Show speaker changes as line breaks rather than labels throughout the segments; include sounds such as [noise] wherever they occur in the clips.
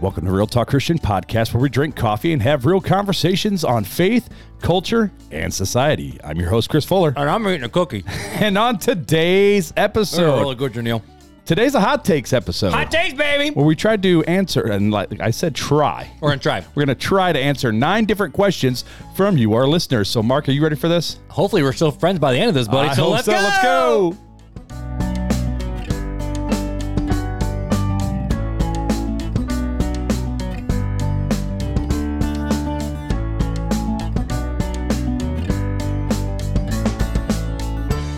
Welcome to Real Talk Christian Podcast, where we drink coffee and have real conversations on faith, culture, and society. I'm your host, Chris Fuller.
And I'm eating a cookie.
And on today's
Roll
episode,
a good Janelle.
today's a hot takes episode
Hot taste, baby.
where we tried to answer, and like I said, try.
We're gonna try.
We're going to try to answer nine different questions from you, our listeners. So, Mark, are you ready for this?
Hopefully, we're still friends by the end of this, buddy.
I
so
hope
let's
so.
go.
Let's go.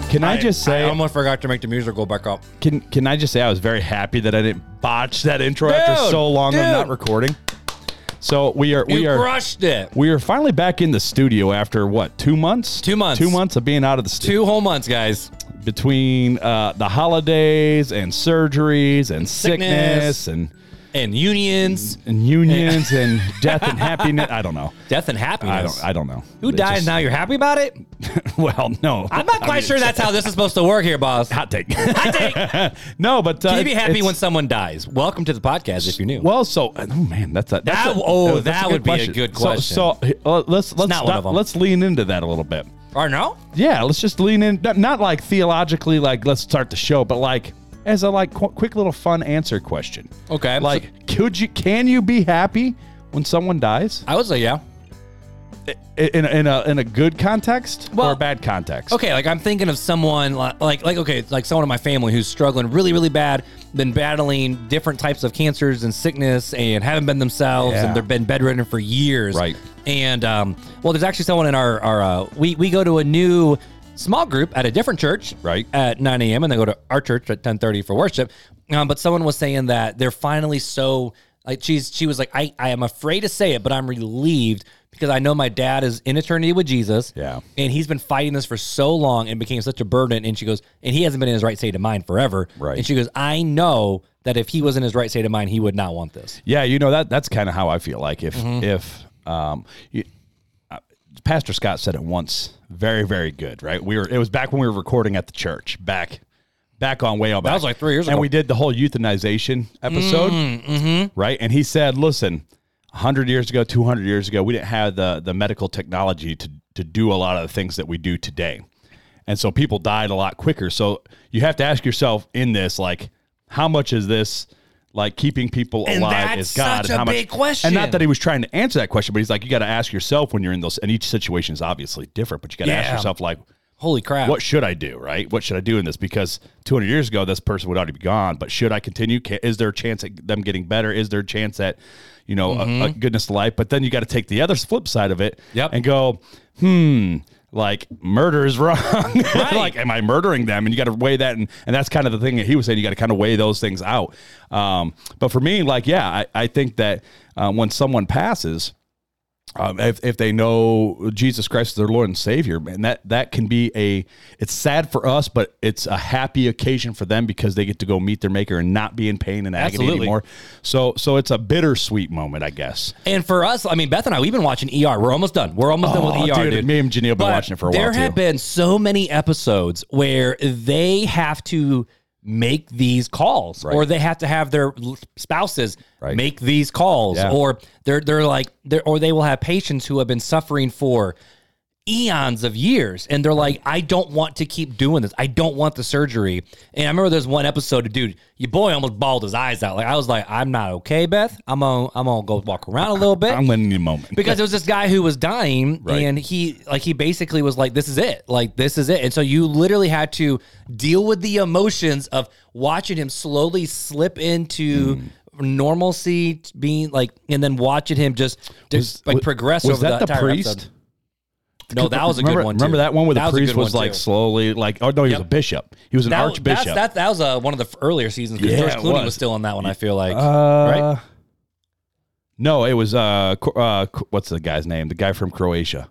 Can I, just say?
I almost forgot to make the music go back up.
Can can I just say I was very happy that I didn't botch that intro after
Dude,
so long of
dude.
not recording. So we are we
you
are
crushed it.
we are finally back in the studio after what two months?
Two months.
Two months of being out of the studio
Two whole months, guys.
between uh, the holidays and surgeries and sickness,
Sickness.
and
And unions,
and unions
[laughs]
and death and happiness. I don't know.
death, and
I
happiness.
don't. I don't know.
Who
They
died
just-
now? You're happy about it?
[laughs] well, no.
I'm not
I
quite
mean,
sure that's how this is supposed to work here,
[laughs]
boss.
Hot take.
Hot take. Can
no, but uh,
you be happy
it's-
when someone dies? Welcome to the podcast. If you're new,
Well, so oh man, that's a that's
That-
a,
oh,
that's
that
good
would be a good
So-
question.
So, uh, let's let's
not one
stop-
of 'em.
let's lean into that a little bit.
or no?
Yeah, let's just lean in, not, not like theologically, like let's start the show, but like as a like qu- quick little fun answer question.
Okay,
like could you can you be happy when someone dies
I would say yeah.
I- in a, in a in a good context or
Well,
a bad context?
Okay, like I'm thinking of someone li- like like okay, like someone in my family who's struggling really really bad, been battling different types of cancers and sickness and haven't been themselves
Yeah.
and they've been bedridden for years.
Right.
And um well there's actually someone in our our uh, we we go to a new small group at a different church
Right.
at 9 a.m. and they go to our church at 10:30 for worship. Um, but someone was saying that they're finally so like she's she was like I I am afraid to say it, but I'm relieved because I know my dad is in eternity with Jesus.
Yeah.
and he's been fighting this for so long and became such a burden. And she goes, and he hasn't been in his right state of mind forever.
Right.
And she goes, I know that if he was in his right state of mind, he would not want this.
Yeah, you know that that's kind of how I feel. Like if
Mm-hmm.
if um, you, uh, Pastor Scott said it once, very very good. Right? We were it was back when we were recording at the church back back on way back. That
was like three years
and
ago. Mm.
we did the whole euthanization episode, right? And he said, "Listen, hundred years ago, two hundred years ago, we didn't have the the medical technology to to do a lot of the things that we do today." And so people died a lot quicker. So you have to ask yourself in this, like, how much is this like keeping people
And
alive
that's
is God?
such
and
a
how much,
big question.
And not that he was trying to answer that question, but he's like, you got to ask yourself when you're in those, and each situation is obviously different, but you got to ask
Yeah.
yourself, like,
Holy crap.
what should I do, right? What should I do in this? Because 200 years ago, this person would already be gone, but should I continue? Ca- Is there a chance at them getting better? Is there a chance at, you know, a- a, goodness to life? But then you got to take the other flip side of it
Yep.
and go, hmm, like murder is [laughs] wrong. like, am I murdering them? And you got to weigh that. And, and that's kind of the thing that he was saying. You got to kind of weigh those things out. Um, but for me, like, yeah, I, I think that uh, when someone passes, um, if, if they know Jesus Christ is their Lord and Savior, man, that that can be a it's sad for us, but it's a happy occasion for them because they get to go meet their Maker and not be in pain and agony
Absolutely.
anymore. So so it's a bittersweet moment, I guess.
And for us, I mean, Beth and I, we've been watching ER. We're almost done. We're almost
Oh,
done with ER,
dude,
dude.
me and Janelle been
But
watching it for a while,
There have
too.
been so many episodes where they have to make these calls, or they have to have their l- spouses
Right.
make these calls,
Yeah.
or they're they're like, they're, or they will have patients who have been suffering for eons of years and they're like i don't want to keep doing this i don't want the surgery and i remember there's one episode dude your boy almost bawled his eyes out like i was like i'm not okay beth i'm gonna i'm gonna go walk around a little bit
I'm letting you a moment
because it was this guy who was dying
Right.
and he like he basically was like this is it like this is it and so you literally had to deal with the emotions of watching him slowly slip into
Mm.
normalcy t- being like and then watching him just to, like progress
was
over
that the
entire
priest.
episode. no that was a
remember,
good one too.
Remember that one where the
That a
priest
good
was
one,
like
too.
slowly, like oh no, he was a
Yep.
bishop. He was an
that,
archbishop.
that's- that, that was uh, one of the f- earlier seasons because
Yeah,
George
it
Clooney was.
was.
still on that one I feel like
Uh,
right
No, it was uh, Ko- uh, Ko- what's the guy's name? The guy from Croatia,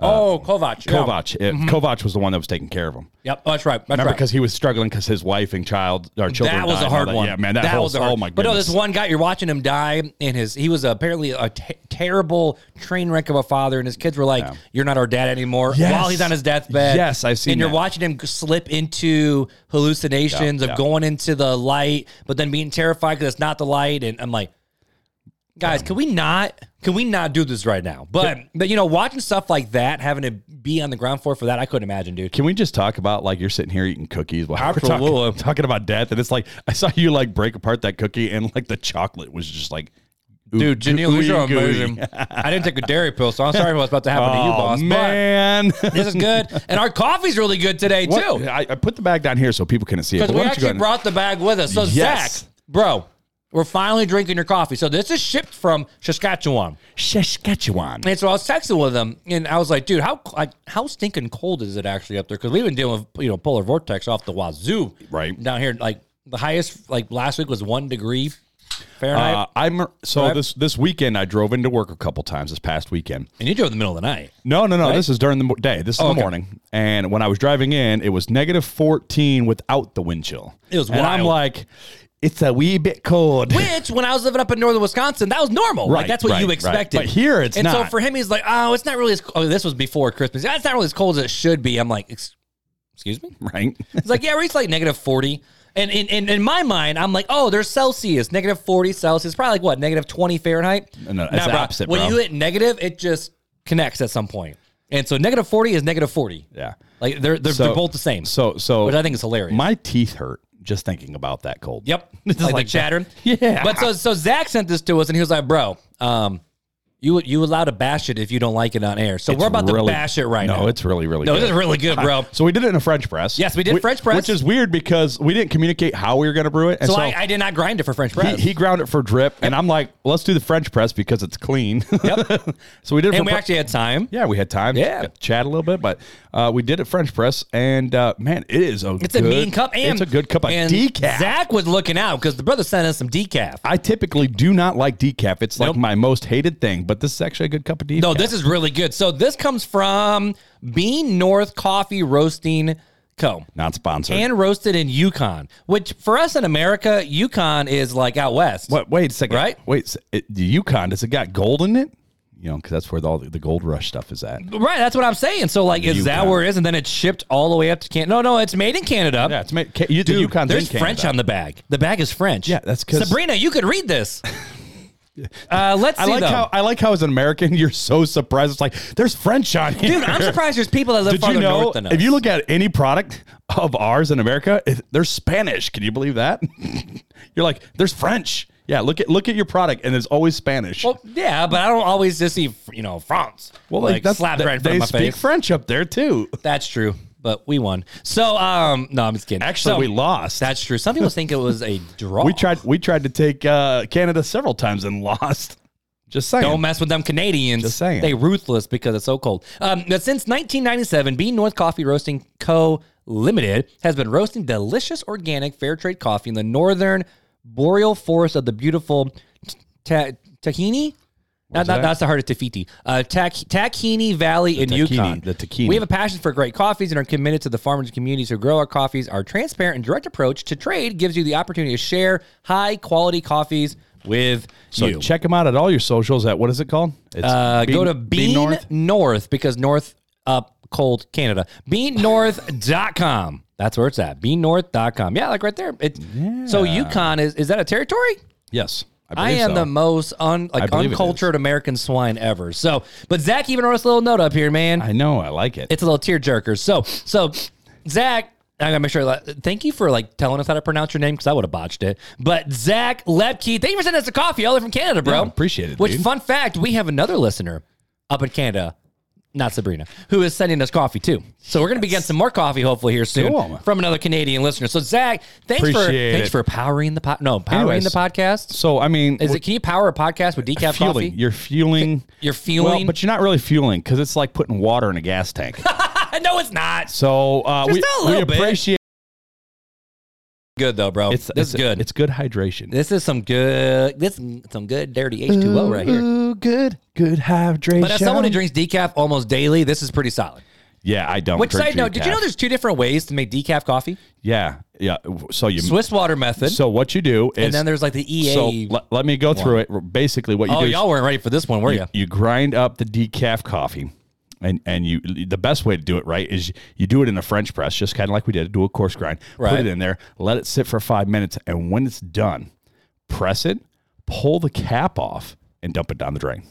oh Kovac yeah.
Kovac. It- Kovac was the one that was taking care of him.
yep oh, that's right that's
Remember,
right.
because he was struggling because his wife and child or children.
That was
died
a
and
hard
all that.
one.
Yeah, man, that, whole,
was a hard.
Oh my
But
goodness.
no, this one guy you're watching him die, and his he was apparently a t- terrible train wreck of a father, and his kids were like, "You're not our dad anymore."
Yes.
While he's on his deathbed,
Yes, I've seen
And
that.
you're watching him slip into hallucinations
Yeah,
of
yeah.
going into the light, but then being terrified because it's not the light, and I'm like. guys, can we not? Can we not do this right now? But but you know, watching stuff like that, having to be on the ground floor for that, I couldn't imagine, dude.
Can we just talk about like you're sitting here eating cookies while we're
Absolutely.
talking, [laughs] talking about death? And it's like I saw you like break apart that cookie, and like the chocolate was just like, oo-
Dude, Janine,
ooey
you're
gooey.
amazing. I didn't take a dairy pill, so I'm sorry for what's about to happen to you,
[laughs] Oh
boss. [laughs]
man,
But this is good, and our coffee's really good today
What-
too,
I, I put the bag down here so people couldn't see it.
because
but
we
why don't you go
actually
ahead and-
brought the bag with us. So
Yes.
Zach, bro, we're finally drinking your coffee. So this is shipped from Saskatchewan.
Saskatchewan.
And so I was texting with him, and I was like, "Dude, how like, how stinking cold is it actually up there? Because we've been dealing with you know polar vortex off the wazoo,
Right.
down here. Like the highest like last week was one degree Fahrenheit,
Uh, I'm so
Right.
this this weekend I drove into work a couple times this past weekend.
and you drove in the middle of the night.
No, no, no. This is during the mo- day. This is the
Oh, okay.
morning. And when I was driving in, it was negative 14 without the wind chill.
It was
and I'm
wild.
like, it's a wee bit cold.
Which, when I was living up in northern Wisconsin, that was normal. Like
Right,
that's what
right,
you
right.
expected.
But here it's
and so
not.
for him, he's like, "Oh, it's not really as." Oh, this was before Christmas. That's not really as cold as it should be. I'm like, "Ex- "Excuse me."
[laughs] Right?
It's like, yeah, we're like negative 40. And in, in, in my mind, I'm like, oh, there's Celsius, negative 40 Celsius, probably like what, negative 20 Fahrenheit?
No, no, it's the opposite,
When
bro.
you hit negative, it just connects at some point. And so negative 40 is negative 40.
Yeah.
Like they're, they're,
So-
they're both the same,
So, so
which I think is hilarious.
my teeth hurt just thinking about that cold.
[laughs] Yep.
[laughs] It's
like,
like
like
that.
chattering.
Yeah.
But so so Zach sent this to us and he was like, bro, um, you you allowed to bash it if you don't like it on air. So we're about
really-
to bash it right now.
No, it's really, really
no,
good.
this is really good,
[laughs]
bro.
so we did it in a French press.
Yes, we did
Whi-
French press.
which is weird because we didn't communicate how we were going to brew it. And
So,
so,
I, I did not grind it for French
he,
press.
he ground it for drip, and I'm like, well, let's do the French press because it's clean. Yep. [laughs] so we did. It for
and we
pre-
actually had time.
Yeah, we had time.
Yeah.
to chat a little bit, but uh, we did it French press, and uh, man, it is a
It's a mean cup, and
it's a good cup of
and
decaf.
Zach was looking out because the brother sent us some decaf.
I typically do not like decaf. It's like
Nope.
my most hated thing, but this is actually a good cup of decaf.
No, this is really good. So this comes from Bean North Coffee Roasting Co.
not sponsored.
And roasted in Yukon, which for us in America, Yukon is like out west.
what? Wait a second.
Right?
Wait, s- it, the Yukon does it got gold in it? You know, because that's where all the, the gold rush stuff is at.
Right, that's what I'm saying. So like, is that
Yukon.
where it is? And then it's shipped all the way up to Canada. No, no, it's made in Canada.
Yeah, it's made, ca- you, the Yukon's
There's
in Canada.
French on the bag. The bag is French.
Yeah, that's 'cause-
Sabrina. You could
[laughs]
read this. Uh, let's see
I like
though.
how I like how as an American [laughs] you're so surprised. It's like there's French on here.
[laughs] Dude,
[laughs]
I'm surprised there's people that live
Did
farther
you know
north than us.
if you look at any product of ours in America, it- they're Spanish? Can you believe that? [laughs] You're like, there's French. Yeah, look at look at your product, and it's always Spanish.
Well, Oh, yeah, but I don't always just see you know France. Well, like, slapped
they-
right in front
they
of my
speak
face.
French up there too.
That's true, but we won. So um, no, I'm just kidding.
Actually,
So,
we lost.
That's true. Some people think it was a draw.
We tried we tried to take uh, Canada several times and [laughs] lost. Just saying.
Don't mess with them Canadians.
Just saying.
They ruthless because it's so cold. Um, now, since 1997, Bean North Coffee Roasting Co. Limited has been roasting delicious organic fair trade coffee in the northern boreal forest of the beautiful Ta- Tahini. Not, not,
that?
that's the heart of Tafiti. Uh, Tach- Tahini Valley in
Tahini,
Yukon.
the Tahini.
We have a passion for great coffees and are committed to the farmers and communities who grow our coffees. Our transparent and direct approach to trade gives you the opportunity to share high quality coffees with
so
you.
check them out at all your socials. At what is it called? It's
Uh,
Bean-
go to
Bean
Bean, North. because North up cold Canada. BeanNorth.com. That's where it's at. BeanNorth.com. Yeah, like right there. It, So Yukon is is that a territory?
Yes,
I
believe
am
so.
the most un, like
believe it
uncultured American swine ever. So, but Zach even wrote us a little note up here, man.
I know. I like it.
it's a little tearjerker. So, so Zach, I gotta make sure. like, Thank you for like telling us how to pronounce your name because I would have botched it. But Zach Lepke, thank you for sending us a coffee all the way from Canada, bro.
Yeah, appreciate it,
Which
dude.
fun fact, we have another listener up in Canada, not Sabrina, who is sending us coffee too. So we're gonna be getting some more coffee hopefully here soon
Cool.
from another Canadian listener. So Zach, thanks for
Appreciate
thanks
it.
for powering the pot. No, powering
Anyways.
the podcast.
so I mean,
Is it? Can you power a podcast with decaf
fueling.
coffee?
You're fueling.
You're fueling?
Well, but you're not really fueling because it's like putting water in a gas tank.
[laughs] no, it's not.
so uh, we,
Just a
we
little bit.
appreciate
Good though, bro.
it's,
It's, this
it's
is good.
It's good hydration.
This is some good. This is some good dirty H two O right here.
Ooh, good, good hydration.
But as someone who drinks decaf almost daily, this is pretty solid.
yeah, I don't.
Which
drink
side note? Did you
decaf.
know there's two different ways to make decaf coffee?
Yeah, yeah. So you.
Swiss water method,
so what you do is
and then there's like the EA.
so le- let me go through it. Basically, what you
oh,
do is
y'all weren't ready for this one, were you?
you grind up the decaf coffee and and you the best way to do it right is you do it in a french press just kind of like we did do a coarse grind
Right.
put it in there let it sit for five minutes and when it's done press it pull the cap off and dump it down the
[laughs]
drain.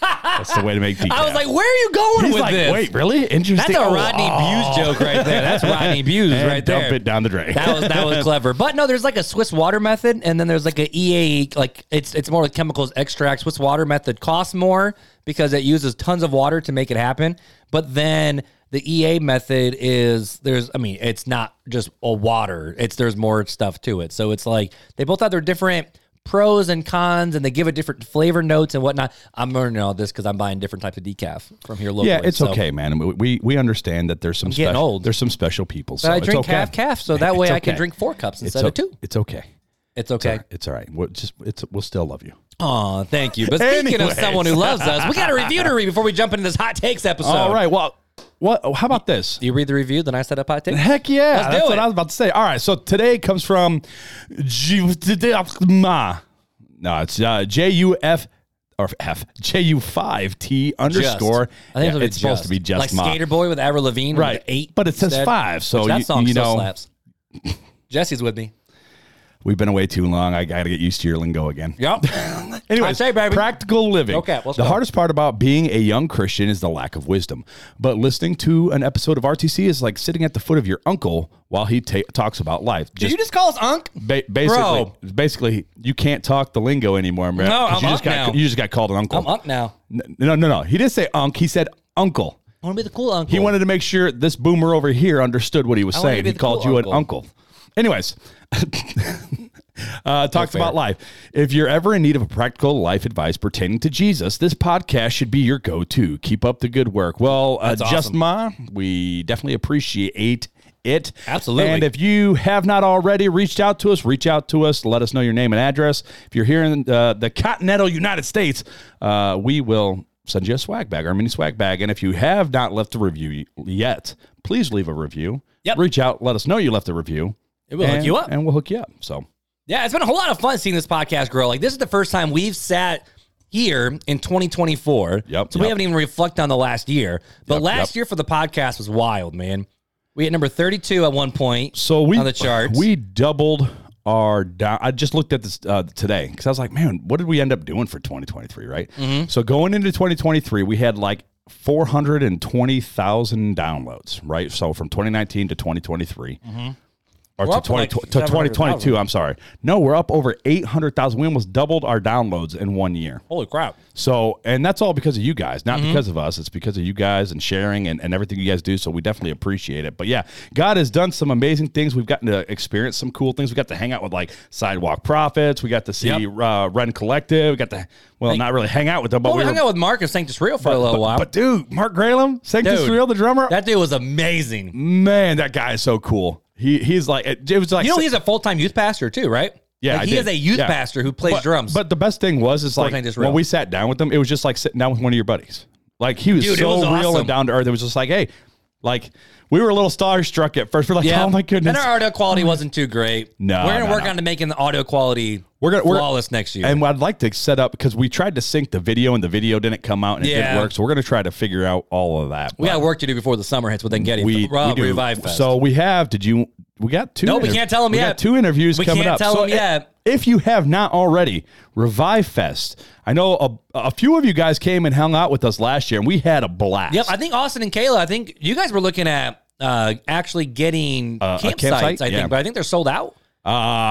That's the way to make decaf.
I was like, where are you going
He's
with
like,
this?
wait, really?
That's
Interesting.
a
Oh,
Rodney
oh.
Buse joke right there. That's Rodney
[laughs]
Buse
And
right
dump
there.
it down the drain.
[laughs] That was that was clever. But no, there's like a Swiss water method, and then there's like a EA like it's it's more like chemicals extract. Swiss water method costs more because it uses tons of water to make it happen. But then the EA method is there's I mean it's not just a water. It's there's more stuff to it. So it's like they both have their different pros and cons and they give it different flavor notes and whatnot i'm learning all this because i'm buying different types of decaf from here locally
yeah, it's
So-
okay, man. We, we we understand that there's some
getting
special,
old.
there's some special people. So
but i
it's
drink
okay.
half calf so that way
It's
i can
okay.
drink four cups
It's
instead
o-
of two
It's okay.
it's okay
It's all right. We'll just it's we'll still love you.
Oh, thank you. But speaking of
Anyways.
someone who loves us, we got a review to read before we jump into this hot takes episode.
All right. Well, what? How about this?
You read the review, then I set up
[laughs]
hot takes.
Heck yeah!
Let's do
That's what
it.
I was about to say. All right. So today comes from G- no, it's uh, J U F or F J U five T
Just.
underscore.
I think
Yeah,
it'll be
it's supposed to be just
like
ma.
Skater Boy with Avril Lavigne, with
right?
the Eight,
but it says
instead,
five. So
which that
you,
song
you
still
know [laughs]
slaps. Jesse's with me.
we've been away too long. I got to get used to your lingo again. [laughs]
Yep.
Anyway,
I say, baby.
practical living.
Okay, let's
the
go.
hardest part about being a young Christian is the lack of wisdom. But listening to an episode of RTC is like sitting at the foot of your uncle while he ta- talks about life.
Did
Just
you just call us Unc?
ba- basically,
Bro.
basically, you can't talk the lingo anymore, man.
No,
'cause
I'm
you just
up
got
now.
you just got called an
I'm
uncle.
Unc now.
N- no, no, no. He didn't say unc. He said uncle.
I want to be the cool uncle.
He wanted to make sure this boomer over here understood what he was
I wanted to
saying.
be
He
the
called
cool
you an
uncle.
uncle. Anyways, [laughs] uh, talks
fair.
about life. If you're ever in need of a practical life advice pertaining to Jesus, this podcast should be your go to. Keep up the good work. Well, uh, Just
awesome.
Ma, we definitely appreciate it.
Absolutely.
And if you have not already reached out to us, reach out to us. Let us know your name and address. If you're here in uh, the continental United States, uh, we will send you a swag bag, our mini swag bag. And if you have not left a review y- yet, please leave a review.
Yep.
Reach out. Let us know you left a review.
It will hook
and-
you up.
And we'll hook you up. So
Yeah, it's been a whole lot of fun seeing this podcast grow. Like this is the first time we've sat here in 2024.
Yep,
So we
yep.
haven't even reflected on the last year. But
Yep,
last
yep.
year for the podcast was wild, man. We hit number 32 at one point.
So we
on the charts.
We doubled our down. I just looked at this uh, today because I was like, man, what did we end up doing for 2023? Right.
Mm-hmm.
So going into 2023, we had like 420,000 downloads. Right. So from 2019 to 2023. Or
Mm-hmm. We're
to,
up to,
20,
like,
to 2022, I'm sorry. No, we're up over 800,000. We almost doubled our downloads in one year.
holy crap.
So, and that's all because of you guys, not
Mm-hmm.
because of us. It's because of you guys and sharing and, and everything you guys do. So, we definitely appreciate it. But yeah, God has done some amazing things. We've gotten to experience some cool things. We got to hang out with like Sidewalk Prophets. We got to see
Yep.
uh, Ren Collective. We got to, well, not really hang out with them, but
Well,
we,
we,
were.
hung out with Mark of Sanctus Real for a little
but,
while.
but dude, Mark Graham, Sanctus
Dude.
Real, the drummer,
that dude was amazing.
man, that guy is so cool. He, he's like, it, it was like,
You know he's a full time youth pastor too, right?
Yeah,
Like,
I
he
did.
is a youth
Yeah.
pastor who plays
but,
drums.
But the best thing was, is like
Fortnite is real.
when we sat down with them, it was just like sitting down with one of your buddies. Like he was
Dude, it
so
was
real
awesome.
and down to earth. It was just like, hey, like we were a little starstruck at first. We're like, oh my goodness.
And our audio quality wasn't too great.
No,
We're gonna
no,
work
no.
on to making the audio quality
We're gonna- we're-
flawless next year.
And I'd like to set up because we tried to sync the video and the video didn't come out and it
Yeah.
didn't work. So we're gonna try to figure out all of that.
we
But
got work to do before the summer hits with Engedi.
we,
Rob,
we do.
Revive Fest.
So we have. Did you? We got two.
No, we can't tell 'em
we
yet.
Got two interviews
We
coming
can't
up.
tell 'em
i-
yet.
If you have not already, Revive Fest. I know a, a few of you guys came and hung out with us last year, and we had a blast.
Yep, I think Austin and Kayla. I think you guys were looking at uh, actually getting
Uh, a
campsites.
campsite?
I think,
Yeah.
but I think they're sold out.
Uh,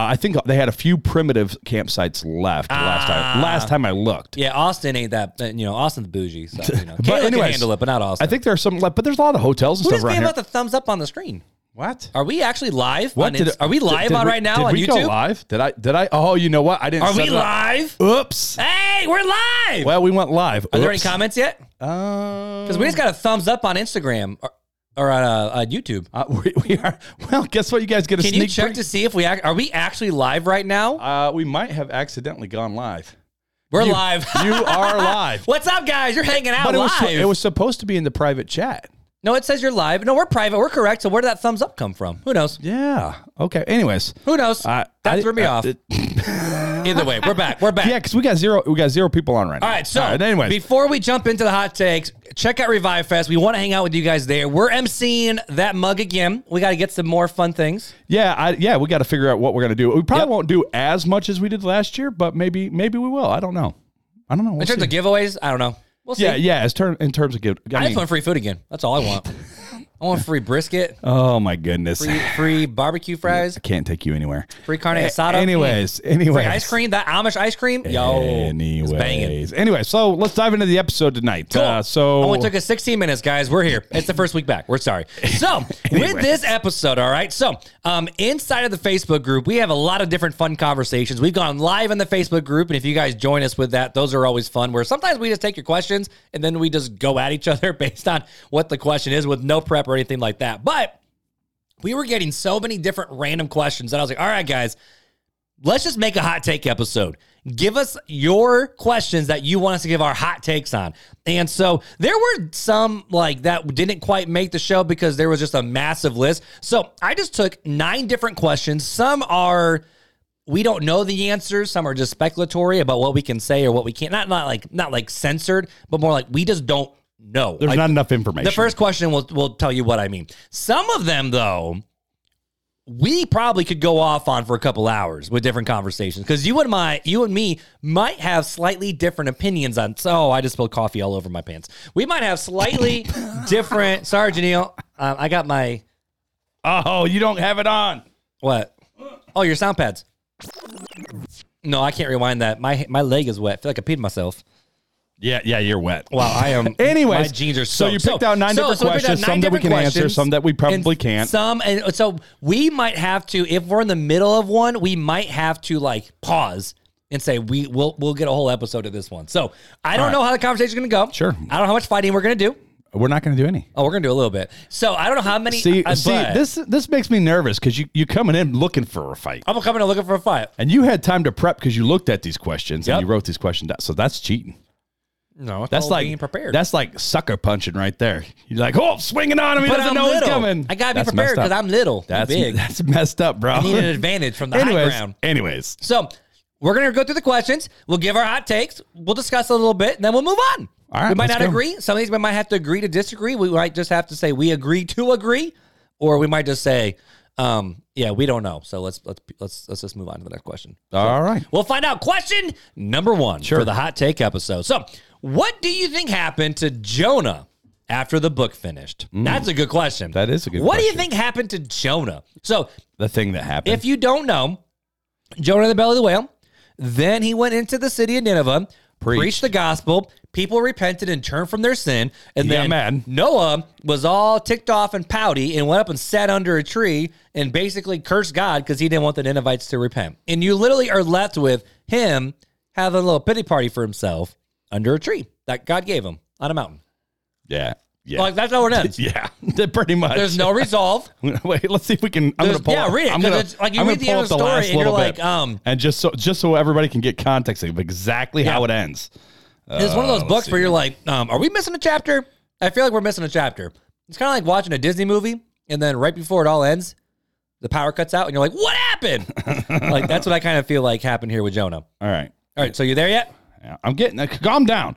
I think they had a few primitive campsites left last time. Last time I looked,
Ah. Yeah, Austin ain't that. You know, Austin's bougie. So you know,
[laughs]
Kayla can
anyways,
handle it, but not Austin.
I think there are some left, but there's a lot of hotels and
Who
stuff
just
around
gave
here.
out the thumbs up on the screen?
what?
Are we actually live?
What
on Inst- are we live
did
on
we-
right now
did
on
we Go
YouTube?
live? Did I? Did I? Oh, you know what? I didn't.
Are
set
we
it up.
live?
Oops.
Hey, we're live.
Well, we went live. Uh,
Are there any comments yet?
comments?
Because we just got a thumbs up on Instagram or, or on, uh, on YouTube.
Uh, [laughs] we, we are. Well, guess what? You guys get a
Can
sneak
you check
peek.
to see if we act- are we actually live right now?
uh, we might have accidentally gone live.
We're
You-
live. [laughs]
you are live.
What's up, guys? You're hanging out
But it
live.
was, it was supposed to be in the private chat.
No, it says you're live. No, we're private. We're correct. So where did that thumbs up come from? Who knows?
Yeah. Okay. Anyways, uh,
Who knows?
I,
that
I-
threw me
I-
off.
it-
Either way, we're back. We're
[laughs]
back.
Yeah, because we got zero. We got zero people on right now.
All right, so
anyways,
before we jump into the hot takes, check out Revive Fest. We want to hang out with you guys there. We're emceeing that mug again. We got to get some more fun things.
yeah, I, yeah, we got to figure out what we're gonna do. We probably
Yep.
won't do as much as we did last year, but maybe, maybe we will. I don't know. I don't know. We'll
In terms
see.
of giveaways, I don't know. We'll see.
yeah, yeah. As ter- in terms of give, I
I
mean,
just want free food again. That's all I [laughs] want. I want free brisket,
oh my goodness,
free, free barbecue fries,
[laughs] can't take you anywhere.
free carne asada.
Anyways, anyways,
Free ice cream, that Amish ice cream. Yo, it's banging.
Anyways, anyway, so let's dive into the episode tonight.
Cool.
Uh, so
only took us 16 minutes, guys. We're here. It's the first week back. We're sorry.
[laughs]
So with this episode, all right. So um, inside of the Facebook group, we have a lot of different fun conversations. We've gone live in the Facebook group, and if you guys join us with that, those are always fun. Where sometimes we just take your questions and then we just go at each [laughs] other based on what the question is, with no prep or anything like that. But we were getting so many different random questions that I was like, all right, guys, let's just make a hot take episode. Give us your questions that you want us to give our hot takes on. And so there were some like that didn't quite make the show because there was just a massive list. So I just took nine different questions. Some are we don't know the answers. Some are just speculatory about what we can say or what we can't. Not not like not like censored, but more like we just don't know.
there's
Like,
not enough information.
the first question will will tell you what I mean. Some of them though, we probably could go off on for a couple hours with different conversations because you and my you and me might have slightly different opinions on. So I just spilled coffee all over my pants. We might have slightly different. Sorry, Janelle. Um, I got my
oh, you don't have it on.
what? Oh, your sound pads. No, I can't rewind that. My my leg is wet. I feel like I peed myself.
Yeah, yeah, you're wet.
Wow, I am.
[laughs] Anyways,
my jeans are
so
soaked.
you picked out nine different
we picked out
questions, some that we
different
can answer,
questions,
some that we probably
and
can't.
Some and so we might have to, if we're in the middle of one, we might have to like pause and say we will we'll get a whole episode of this one. So I don't
right.
know how the conversation's going to go.
Sure.
I don't know how much fighting we're going to do.
We're not going to do any.
Oh, we're going to do a little bit. So I don't know how many.
See,
I,
see,
but
this this makes me nervous because you you coming in looking for a fight,
I'm coming and looking for a fight.
and you had time to prep because you looked at these questions
Yep.
and you wrote these questions down. So that's cheating.
No, it's
That's
all
like
being prepared.
That's like sucker punching right there. You're like, oh, I'm swinging on him. He
but
doesn't
I'm
know
little.
he's coming.
I gotta be
That's
prepared
messed up.
because I'm little.
that's
That's
[laughs]
big.
that's messed up, bro.
I need an advantage from the high
anyways,
ground.
anyways,
So we're gonna go through the questions. We'll give our hot takes. We'll discuss a little bit, and then we'll move on.
All right,
we might
let's
not
go.
agree. Some of these we might have to agree to disagree. We might just have to say we agree to agree, or we might just say, um, "Yeah, we don't know." So let's let's let's let's just move on to the next question.
all right.
We'll find out. Question number one for the hot take episode. So, what do you think happened to Jonah after the book finished? That's a good question.
Mm. That is a good
What do you
question.
think happened to Jonah? So,
The thing that happened.
if you don't know, Jonah in the belly of the whale. Then he went into the city of Nineveh, preached the gospel. People repented and turned from their sin. And
He got
then
mad.
Noah was all ticked off and pouty and went up and sat under a tree and basically cursed God because he didn't want the Ninevites to repent. And you literally are left with him having a little pity party for himself under a tree that God gave him on a mountain.
yeah, yeah,
Like that's how it
[laughs]
ends.
yeah, pretty much.
There's no resolve.
[laughs] Wait, let's see if we can. I'm gonna
There's-
pull.
yeah,
up-
read it,
I'm
'cause
gonna,
it's- like, you
I'm
read
gonna
the
pull
end
up
of the story,
last
and you're
little
like,
bit.
um,
and just so just so everybody can get context of exactly how it ends.
it's one of those
let's
books
Oh, see.
where you're like, um, are we missing a chapter? I feel like we're missing a chapter. It's kind of like watching a Disney movie, and then right before it all ends, the power cuts out, and you're like, what
[laughs]
happened? like that's what I kind of feel like happened here with Jonah. All
All right,
right, so you there yet?
Yeah, I'm getting. uh, Calm down.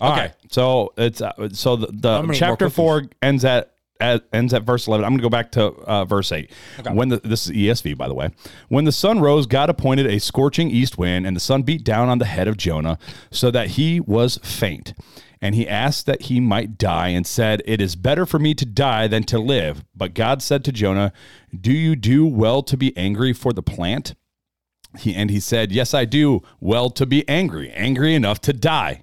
All
Okay.
right. So it's uh, so the, the
many
chapter
more
four ends at. at- ends at verse 11. I'm going to go back to uh, verse 8. When the, this is ESV, by the way. When the sun rose, God appointed a scorching east wind, and the sun beat down on the head of Jonah, so that he was faint. And he asked that he might die, and said, It is better for me to die than to live. But God said to Jonah, Do you do well to be angry for the plant? He and he said, "Yes, I do. Well, to be angry, angry enough to die."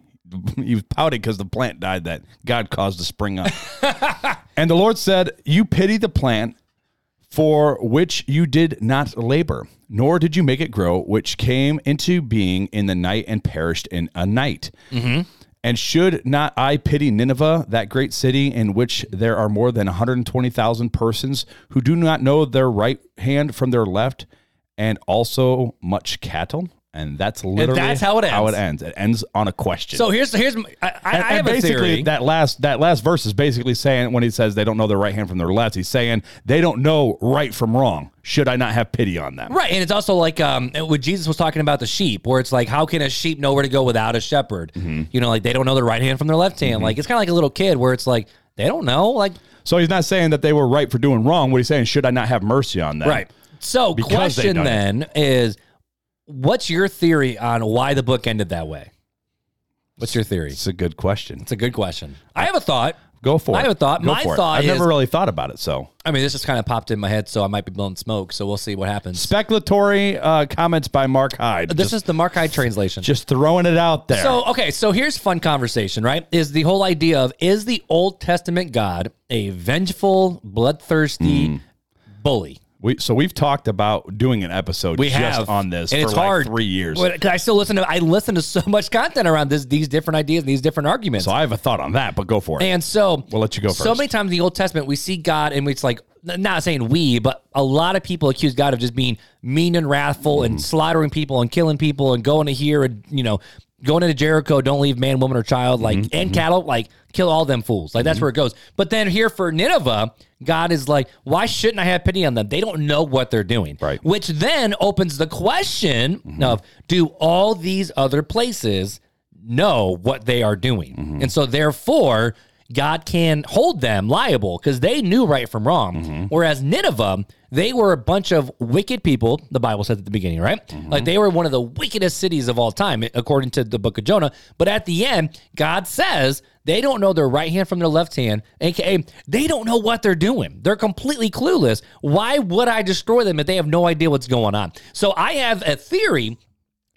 [laughs] he was pouting because the plant died that God caused to spring up. and the Lord said, "You pity the plant for which you did not labor, nor did you make it grow, which came into being in the night and perished in a night."
Mm-hmm.
And should not I pity Nineveh, that great city in which there are more than 120,000 persons who do not know their right hand from their left, and also much cattle? And that's literally
that's how it
How it ends.
ends.
It ends on a question.
So here's here's my- I, I
And-
I
and
have a
basically
theory.
that last that last verse is basically saying when he says they don't know their right hand from their left, he's saying they don't know right from wrong. Should I not have pity on them?
Right, and it's also like um, what Jesus was talking about the sheep, where it's like, how can a sheep know where to go without a shepherd?
Mm-hmm.
You know, like they don't know their right hand from their left hand. Like it's kind of like a little kid, where it's like they don't know. Like
So he's not saying that they were right for doing wrong. What he's saying, should I not have mercy on them?
So,
Because they've
question
done it.
then is, what's your theory on why the book ended that way? What's your theory?
It's a good question.
It's a good question. I have a thought.
Go for it.
I have a thought.
Go
My
for it.
thought
I've
is-
never really thought about it. So
I mean, this just kind of popped in my head, so I might be blowing smoke. So we'll see what happens.
speculatory uh, comments by Mark Hyde.
This
just,
is the Markai translation.
just throwing it out there.
So okay, so here's fun conversation, right? Is the whole idea of is the Old Testament God a vengeful, bloodthirsty
Hmm.
bully?
we so we've talked about doing an episode
We
just
have
on this
and
for
it's
like
hard.
three years.
But 'cause I still listen to I listen to so much content around this these different ideas and these different arguments.
so I have a thought on that, but go for it.
and so
We'll let you go
So
first.
many times in the Old Testament we see God and it's like n- not saying we, but a lot of people accuse God of just being mean and wrathful
Mm-hmm.
and slaughtering people and killing people and going to here and you know going into Jericho, don't leave man, woman, or child, like
Mm-hmm,
and cattle, like kill all them fools. Like that's where it goes. But then here for Nineveh, God is like, why shouldn't I have pity on them? They don't know what they're doing.
Right.
Which then opens the question of do all these other places know what they are doing? And so therefore, God can hold them liable because they knew right from wrong. Whereas Nineveh, they were a bunch of wicked people, the Bible says at the beginning, right? Like they were one of the wickedest cities of all time, according to the book of Jonah. But at the end, God says they don't know their right hand from their left hand, aka they don't know what they're doing. They're completely clueless. Why would I destroy them if they have no idea what's going on? So I have a theory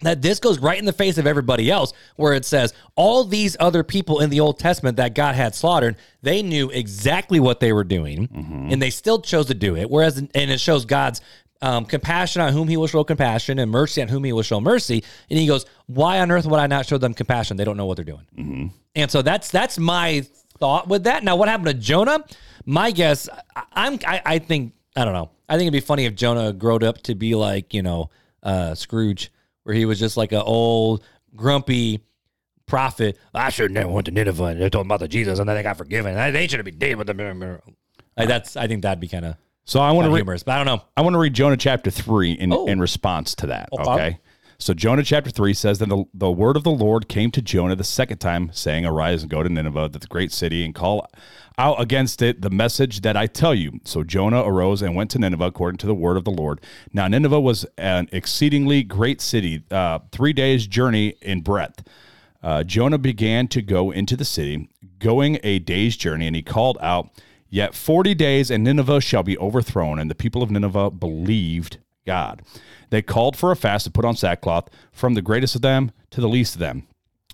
that this goes right in the face of everybody else where it says all these other people in the old testament that god had slaughtered they knew exactly what they were doing and they still chose to do it whereas and it shows god's um, compassion on whom he will show compassion and mercy on whom he will show mercy and he goes why on earth would i not show them compassion they don't know what they're doing and so that's that's my thought with that. Now, what happened to Jonah? My guess, I, I'm I, I think I don't know. I think it'd be funny if Jonah growed up to be like you know uh, Scrooge, where he was just like an old grumpy prophet. I should never went to Nineveh and they told about the Jesus and then they got forgiven. They- They should have been dead with them. Like that's I think that'd be kind of
so I want to re-
humorous, but I don't know.
I want to read Jonah chapter 3 in,
Oh.
in response to that.
Okay.
Okay. So Jonah chapter 3 says that the, the word of the Lord came to Jonah the second time, saying, Arise and go to Nineveh, that the great city, and call out against it the message that I tell you. So Jonah arose and went to Nineveh according to the word of the Lord. Now Nineveh was an exceedingly great city, uh, three days' journey in breadth. Uh, Jonah began to go into the city, going a day's journey, and he called out, Yet 40 days, and Nineveh shall be overthrown. And the people of Nineveh believed God. They called for a fast to put on sackcloth, from the greatest of them to the least of them.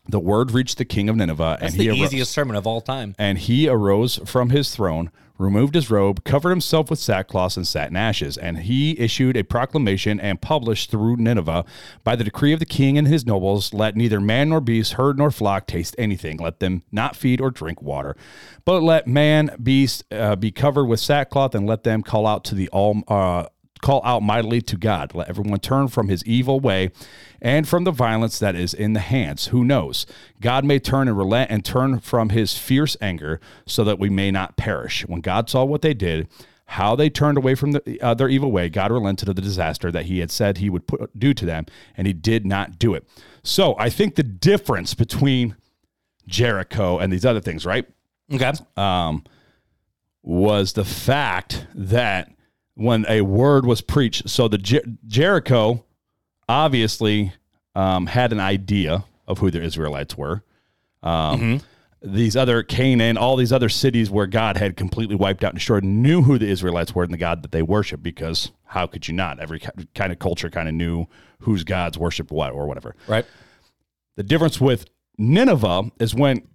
The word reached the king of Nineveh,
It's
and he
the
arose.
easiest sermon of all time.
And he arose from his throne, removed his robe, covered himself with sackcloth and sat in ashes. And he issued a proclamation and published through Nineveh by the decree of the king and his nobles let neither man nor beast, herd nor flock taste anything. Let them not feed or drink water. But let man, beast uh, be covered with sackcloth and let them call out to the all. Uh, call out mightily to God. Let everyone turn from his evil way and from the violence that is in the hands. Who knows? God may turn and relent and turn from his fierce anger so that we may not perish. When God saw what they did, how they turned away from the, uh, their evil way, God relented of the disaster that he had said he would put, do to them, and he did not do it. So I think the difference between Jericho and these other things, right?
Okay,
was the fact that when a word was preached, so the Jer- Jericho obviously um, had an idea of who the Israelites were. Um, These other Canaan, all these other cities where God had completely wiped out and destroyed, knew who the Israelites were and the God that they worship. Because how could you not? Every ki- kind of culture kind of knew whose gods worshipped what or whatever.
right.
The difference with Nineveh is when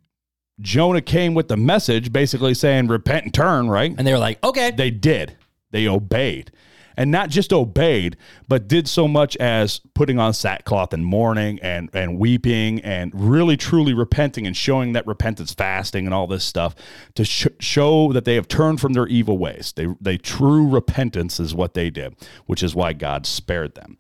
Jonah came with the message, basically saying repent and turn. Right?
And they were like, okay,
they did. They obeyed. And not just obeyed, but did so much as putting on sackcloth and mourning and, and weeping and really truly repenting and showing that repentance, fasting, and all this stuff to sh- show that they have turned from their evil ways. They, they true repentance is what they did, which is why God spared them.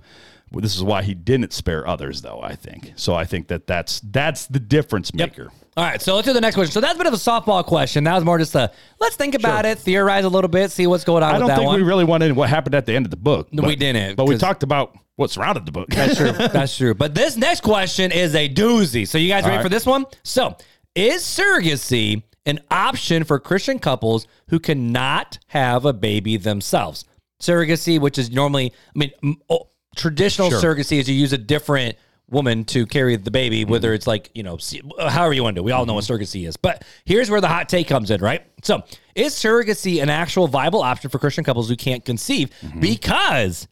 Well, This is why he didn't spare others, though. I think so. I think that that's that's the difference maker.
All right, so let's do the next question. So that's a bit of a softball question. That was more just a let's think about it, theorize a little bit, see what's going on
I
with
don't
that
think
one.
we really went into what happened at the end of the book.
No, we didn't,
But we
'cause-
talked about what surrounded the book.
That's true. [laughs] That's true. But this next question is a doozy. So you guys ready
right.
for this one? So is surrogacy an option for Christian couples who cannot have a baby themselves? Surrogacy, which is normally, I mean, m- oh, traditional
Sure.
surrogacy is you use a different woman to carry the
Mm-hmm.
baby, whether it's like, you know, se- uh, however you want to do. it. We all know what surrogacy is. But here's where the hot take comes in, right? So is surrogacy an actual viable option for Christian couples who can't conceive?
Mm-hmm.
Because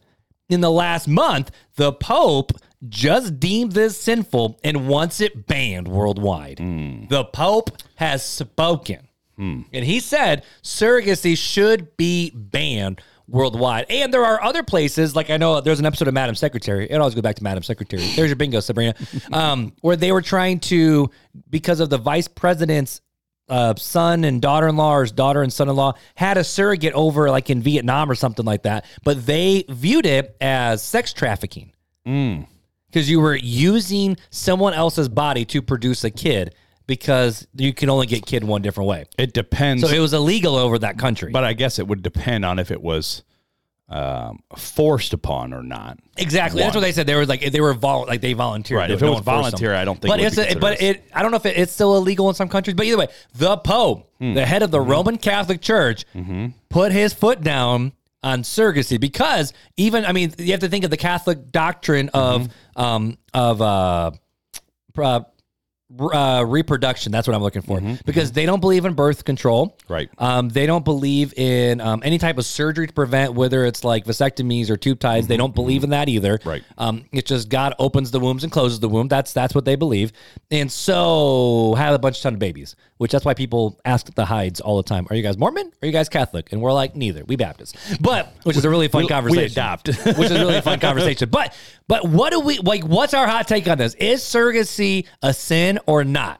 in the last month, the Pope just deemed this sinful and wants it banned worldwide. The Pope has spoken. And he said surrogacy should be banned worldwide. And there are other places, like I know there's an episode of Madam Secretary. It always go back to Madam Secretary. There's your bingo, Sabrina, um, where they were trying to, because of the vice president's uh, son and daughter-in-law or his daughter and son-in-law had a surrogate over like in Vietnam or something like that, but they viewed it as sex trafficking because you were using someone else's body to produce a kid because you can only get kid one different way.
[laughs] It depends.
So it was illegal over that country.
but I guess it would depend on if it was um, forced upon or not.
Exactly. That's what they said. They were like they were vol- like they volunteered.
Right.
to
If
do
it
No
was
one forced them.
volunteer, I don't think
But
it would
it's
be
a, but
considered
it I don't know if it, it's still illegal in some countries. But either way, the Pope,
Hmm.
the head of the
Mm-hmm.
Roman Catholic Church, put his foot down on surrogacy because even I mean you have to think of the Catholic doctrine of
Mm-hmm.
um of uh, uh uh, reproduction. That's what I'm looking for because they don't believe in birth control.
Mm-hmm, Right.
Um, they don't believe in um, any type of surgery to prevent, whether it's like vasectomies or tube ties. They don't believe in that either.
Mm-hmm, Right.
Um, it's just God opens the wombs and closes the womb. That's that's what they believe. And so have a bunch ton of babies, which that's why people ask at the hides all the time. Are you guys Mormon? Are you guys Catholic? And we're like neither. We Baptists. But which is a really fun conversation.
adopt. [laughs]
which is really a fun conversation. But but what do we like? What's our hot take on this? Is surrogacy a sin or not?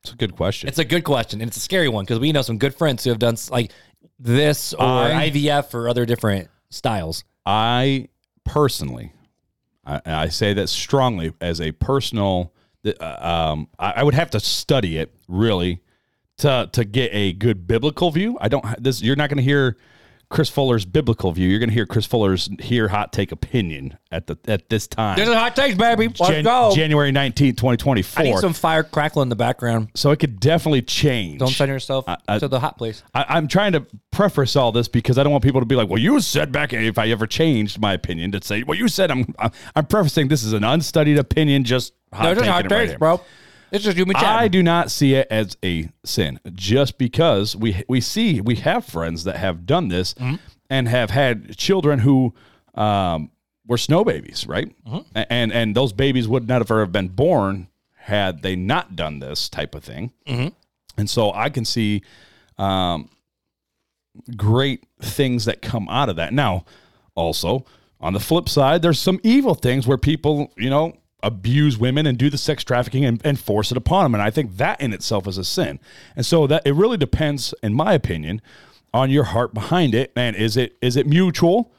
It's a good question.
It's a good question, and it's a scary one because we know some good friends who have done s- like this or
I-
IVF or other different styles.
I personally, I, I say that strongly as a personal. th- uh, Um, I, I would have to study it really to to get a good biblical view. I don't. ha- This you're not going to hear Chris Fuller's biblical view. You're going to hear Chris Fuller's here hot take opinion at the at this time.
There's a hot takes, baby. Let's
Jan-
go.
January nineteenth, twenty twenty
I need
four.
some fire crackle in the background.
So it could definitely change.
Don't send yourself
I-
to the hot place.
I, I'm trying to preface all this because I don't want people to be like, "Well, you said back if I ever changed my opinion to say, well, you said I'm I'm, I'm prefacing this is an unstudied opinion, just hot
No, just
taking
hot
it right
takes,
here."
bro. It's just you and me chatting.
I do not see it as a sin, just because we we see we have friends that have done this
Mm-hmm.
and have had children who um, were snow babies, right?
Mm-hmm.
A- And and those babies would not have ever been born had they not done this type of thing.
Mm-hmm.
And so I can see um, great things that come out of that. Now, also on the flip side, there's some evil things where people, you know, abuse women and do the sex trafficking and, and force it upon them. And I think that in itself is a sin. And so that it really depends, in my opinion, on your heart behind it. And is it is it mutual?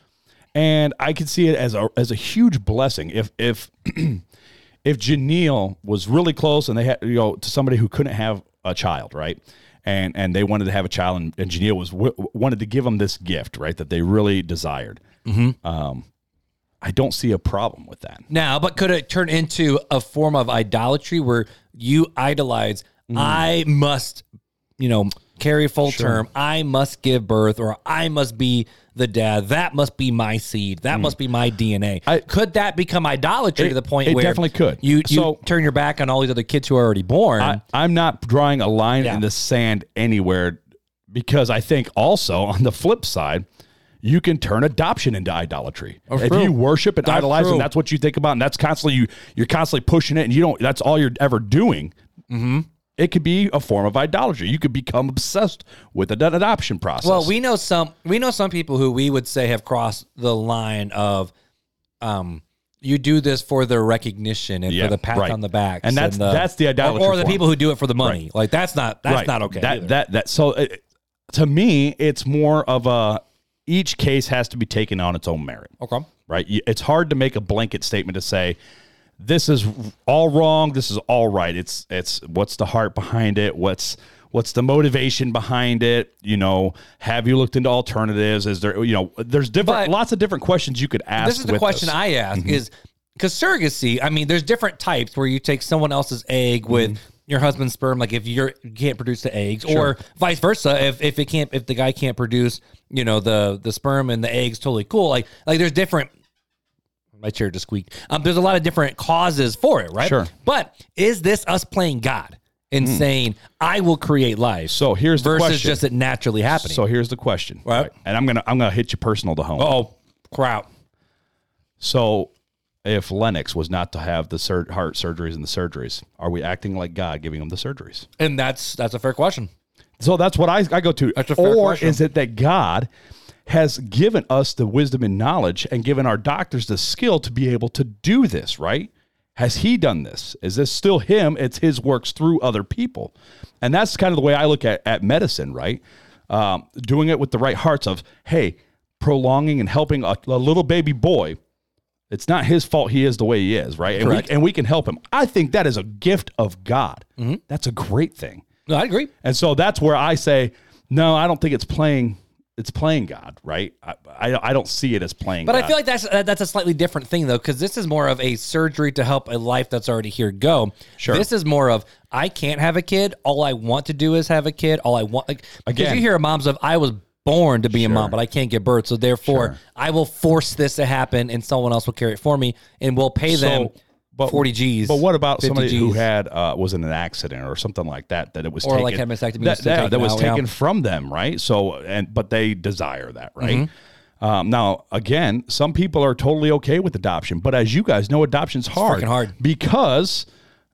And I can see it as a as a huge blessing. If if if Janelle was really close and they had you know to somebody who couldn't have a child, right? And and they wanted to have a child, and, and Janelle was w- wanted to give them this gift, right? That they really desired. Um, I don't see a problem with that.
now, but could it turn into a form of idolatry where you idolize?
Mm.
I must, you know, carry full term. I must give birth, or I must be the dad. That must be my seed. That must be my DNA.
Mm. I-
could that become idolatry to the point
it
where
definitely could.
You, you
So-
turn your back on all these other kids who are already born.
I, I'm not drawing a line
Um, Yeah.
in the sand anywhere because I think also [laughs] on the flip side, you can turn adoption into idolatry. if
Oh, true.
you worship and
That's
idolize,
true.
and that's what you think about, and that's constantly you you're constantly pushing it, and you don't. That's all you're ever doing.
Mm-hmm.
It could be a form of idolatry. You could become obsessed with the adoption process.
Well, we know some we know some people who we would say have crossed the line of um you do this for the recognition and
Yeah,
for the pat
right.
on the back.
And that's-
the,
that's the idolatry
Or, or the
form.
people who do it for the money. Like that's not that's
Right.
not okay.
That
either.
that that. So uh, it, to me, it's more of a each case has to be taken on its own merit.
okay.
right? You- It's hard to make a blanket statement to say this is all wrong, this is all right. It's it's what's the heart behind it? What's what's the motivation behind it? You know, have you looked into alternatives? Is there you know, there's different
But-
lots of different questions you could ask.
This is the
with
question
this.
I ask is because surrogacy, I mean, there's different types where you take someone else's egg with your husband's sperm, like if you're, you can't produce the eggs, or vice versa, if, if it can't, if the guy can't produce, you know, the the sperm and the eggs, totally cool. Like like there's different. My chair just squeaked. Um, there's a lot of different causes for it, right?
Sure.
But is this us playing God and saying, "I will create life"?
So here's the
versus
question.
just it naturally happening.
so here's the question.
Right.
And I'm gonna I'm gonna hit you personal to home.
oh, crap.
So, if Lennox was not to have the sur- heart surgeries and the surgeries, are we acting like God giving him the surgeries?
And that's that's a fair question.
So that's what I, I go to.
That's a fair
or
question.
is it that God has given us the wisdom and knowledge and given our doctors the skill to be able to do this, right? Has he done this? Is this still him? It's his works through other people. And that's kind of the way I look at, at medicine, right? Um, doing it with the right hearts of, hey, prolonging and helping a, a little baby boy. It's not his fault he is the way he is, right? And we,
Correct.
and we can help him. I think that is a gift of God.
Mm-hmm.
That's a great thing.
No, I agree.
And so that's where I say, no, I don't think it's playing. It's playing God, right? I, I, I don't see it as playing.
But
God.
I feel like that's uh, that's a slightly different thing though, because this is more of a surgery to help a life that's already here go. Sure. This is more of I can't have a kid. All I want to do is have a kid. All I want like because
Again.
you hear moms of I was born to be a mom, but I can't give birth, so therefore I will force this to happen, and someone else will carry it for me, and we'll pay them
but-
forty G's.
But what about
50
somebody who
Gs.
had uh, was in an accident or something like that? That it was
Or,
taken,
like, had mastectomy
That,
was
yeah,
taken
that was
out, yeah.
taken from them, right? So and but they desire that,
Mm-hmm.
right? Um, now again, some people are totally okay with adoption, but as you guys know, adoption's hard,
freaking hard.
because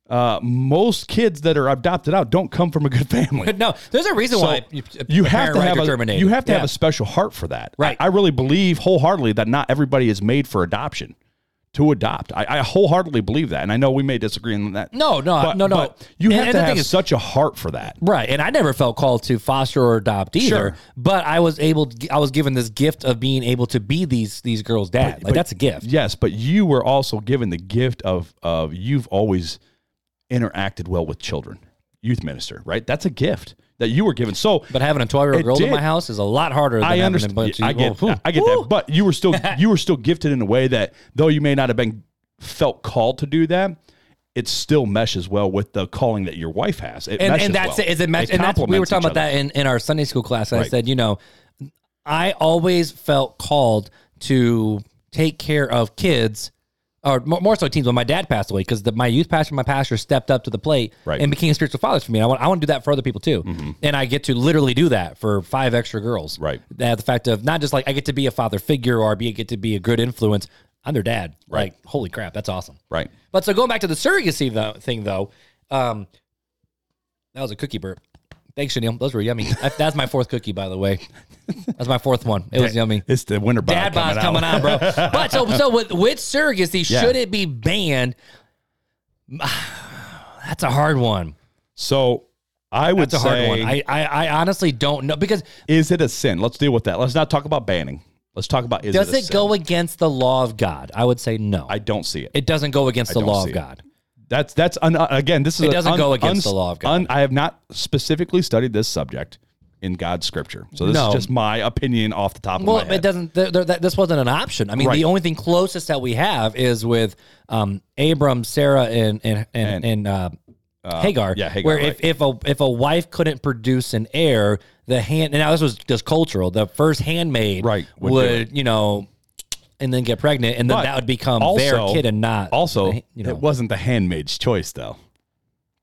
uh, most kids that are adopted out don't come from a good [laughs] family.
But no, there's a reason
So
why
you,
a
have
parent
to
right
have
to
a,
terminate
you
it.
have to have
Yeah.
a special heart for that.
Right.
I, I really believe wholeheartedly that not everybody is made for adoption. To adopt, I, I wholeheartedly believe that, and I know we may disagree on that.
No, no,
But-
no, no.
but you
And-
have
and
to
the thing
have
is-
such a heart for that.
Right, and I never felt called to foster or adopt either.
Sure.
But I was able, to, I was given this gift of being able to be these these girls' dad. like that's a gift.
Yes, but you were also given the gift of of you've always interacted well with children, youth minister, right? That's a gift that you were given. So
But having a twelve year old
It
girl in
did.
my house is a lot harder. Than
I
having A
understand.
bunch
I
of,
get.
oh, whew.
I get that. But you were
[laughs]
still you were still gifted in a way that though you may not have been felt called to do that, it still meshes well with the calling that your wife has. It
and,
meshes
and that's
well.
it. Is it match? and that's, we were
complements
talking
each
about that in, in our Sunday school class. I said, you know, I always felt called to take care of kids, or more, more so teens. When my dad passed away, because my youth pastor, my pastor, stepped up to the plate
Right. Mm-hmm.
and became spiritual fathers for me. I want, I want to do that for other people too, and I get to literally do that for five extra girls.
Right.
They have the fact of not just like I get to be a father figure or be get to be a good influence. I'm their dad.
Right.
Like, holy crap, that's awesome.
Right.
But so going back to the surrogacy though, thing though, um, that was a cookie burp. Thanks, Chanel. Those were yummy. That- That's my fourth cookie, by the way. That's my fourth one. It was yummy.
It's the winter bod
Dad bod's coming
out. [laughs]
on, bro. But so so with with surrogacy,
Yeah.
should it be banned? [sighs] That's a hard one.
So I would
That's a hard
say,
one. I, I I honestly don't know because
is it a sin? Let's deal with that. Let's not talk about banning. Let's talk about is
does
it, a
it
sin?
go against the law of God? I would say no.
I don't see it.
it doesn't go against the
don't
law
see
of
it.
God.
That's that's un, uh, again. This is
It
an
doesn't go against the law of God.
un- I have not specifically studied this subject in God's scripture, so this
No.
is just my opinion off the top
Well,
of my head.
it doesn't. Th- th- that, this wasn't an option. I mean,
Right.
the only thing closest that we have is with um, Abram, Sarah, and and and, and uh, Hagar.
yeah, Hagar,
Where
right.
if, if a if a wife couldn't produce an heir, the hand. And now this was just cultural. The first handmaid,
Right, would
would,
do
you know, and then get pregnant, and then
But
that would become their
also-
kid and not
Also,
you know.
it wasn't the handmaid's choice, though.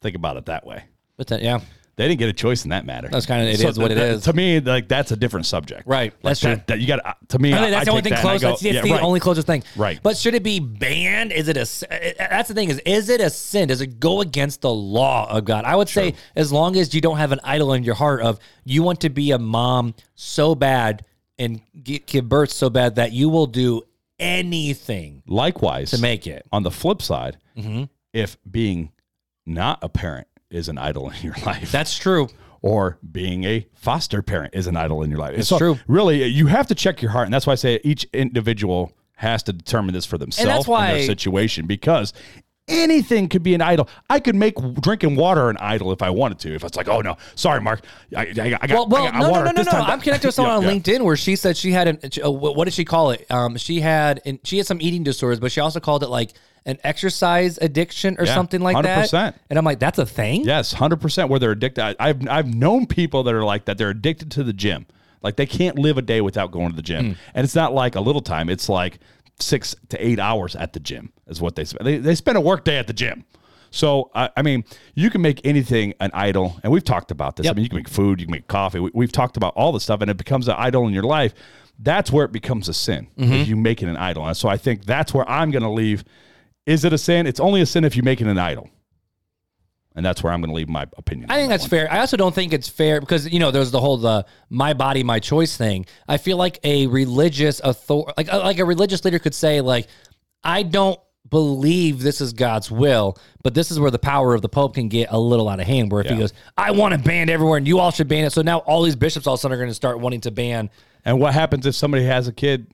Think about it that way.
But that, yeah,
They didn't get a choice in that matter.
That's kinda- it
it is
is what it is.
To me, like that's a different subject.
Right,
Like,
that's
that,
true.
That you got to me.
I mean,
I-
that's
I
the only
take
thing
that and I
close.
go,
that's that's
yeah,
the
right.
only closest thing.
Right.
But should it be banned? Is it a? s- uh, That's the thing. Is is it a sin? Does it go against the law of God? I would say as long as you don't have an idol in your heart of you want to be a mom so bad and gi- give birth so bad that you will do anything
Likewise,
to Mm-hmm. make it.
on the flip side, if being not a parent is an idol in your [laughs] life,
That's true.
or being a foster parent is an idol in your life. It's
true.
Really, you have to check your heart, and that's why I say each individual has to determine this for themselves
that's why-
their situation because anything could be an idol. I could make drinking water an idol if I wanted to. If it's like, oh no, sorry, Mark, I, I, I got,
Well, well,
I got
no, no,
water
no, no,
this
no.
time.
I'm connected
[laughs]
with someone
Yeah,
on
yeah.
LinkedIn where she said she had an. Uh, wh- what did she call it? Um, she had and she had some eating disorders, but she also called it like an exercise addiction or
Yeah,
something like that.
100%.
And I'm like, that's a thing.
Yes, hundred percent. Where they're addicted, I, I've I've known people that are like that. They're addicted to the gym. Like they can't live a day without going to the gym, and it's not like a little time. It's like six to eight hours at the gym is what they spend. They, they spend a work day at the gym. So I, I mean, you can make anything an idol, and we've talked about this. I
Yep.
mean, you can make food, you can make coffee. We, we've talked about all this stuff, and it becomes an idol in your life. That's where it becomes a sin if you make it an idol. And so I think that's where I'm going to leave. Is it a sin? It's only a sin if you make it an idol. And that's where I'm going to leave my opinion.
I think that's fair. I also don't think it's fair because you know there's the whole the my body my choice thing. I feel like a religious author like uh, like a religious leader could say like I don't believe this is God's will, but this is where the power of the pope can get a little out of hand where if he
Yeah.
goes I want to ban everywhere and you all should ban it. So now all these bishops all of a sudden are going to start wanting to ban
And what happens if somebody has a kid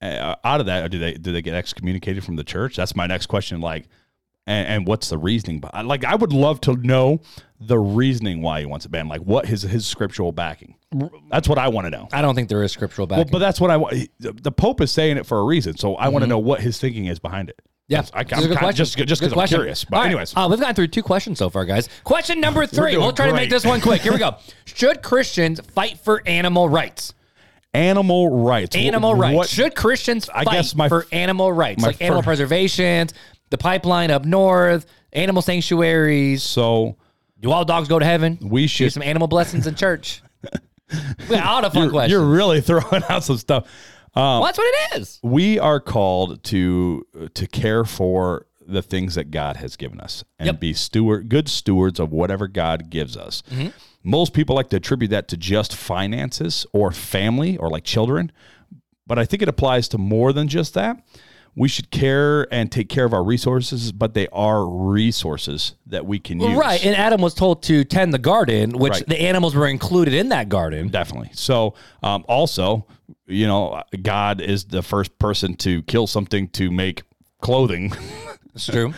uh, out of that? Or do they do they get excommunicated from the church? That's my next question. Like, and, and what's the reasoning? But like, I would love to know the reasoning why he wants it banned. Like, what his his scriptural backing? That's what I want to know.
I don't think there is scriptural backing.
Well, but that's what I want. The Pope is saying it for a reason, so I want to know what his thinking is behind it.
Mm-hmm. yeah,
That's- I, I'm
This is a good
kinda-
question.
just just
Good
because I'm
question.
curious. But
All right.
anyways,
Uh, we've gotten through two questions so far, guys. Question number three.
doing
We'll try to make
great.
this one quick. Here we go. Should Christians fight for animal rights?
animal rights.
Animal
Wh-
rights.
What,
Should Christians fight
guess my
for
f-
animal rights,
my
like animal
fir-
preservation, the pipeline up north, animal sanctuaries?
so
Do all dogs go to heaven?
we
Do
should
some animal blessings
[laughs]
in church? we got all the fun questions.
You're um, really [laughs] throwing out some stuff.
well, that's what it is.
We are called to to care for the things that God has given us and
Yep.
be steward good stewards of whatever God gives us.
Mm-hmm.
Most people like to attribute that to just finances or family or like children, but I think it applies to more than just that. We should care and take care of our resources, but they are resources that we can use.
Right. And Adam was told to tend the garden, which
Right.
the animals were included in that garden.
Definitely. So, um, also, you know, God is the first person to kill something to make clothing. [laughs]
That's true.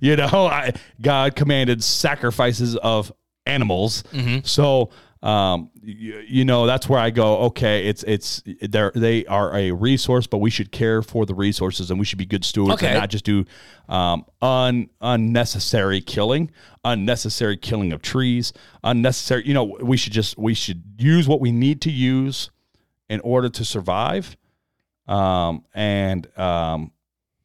you know, I, God commanded sacrifices of animals. So, um, you, you know, that's where I go. Okay, it's it's they're, they are a resource, but we should care for the resources and we should be good stewards
Okay.
and not just do um, un, unnecessary killing, unnecessary killing of trees, unnecessary. You know, we should just we should use what we need to use in order to survive um, and um,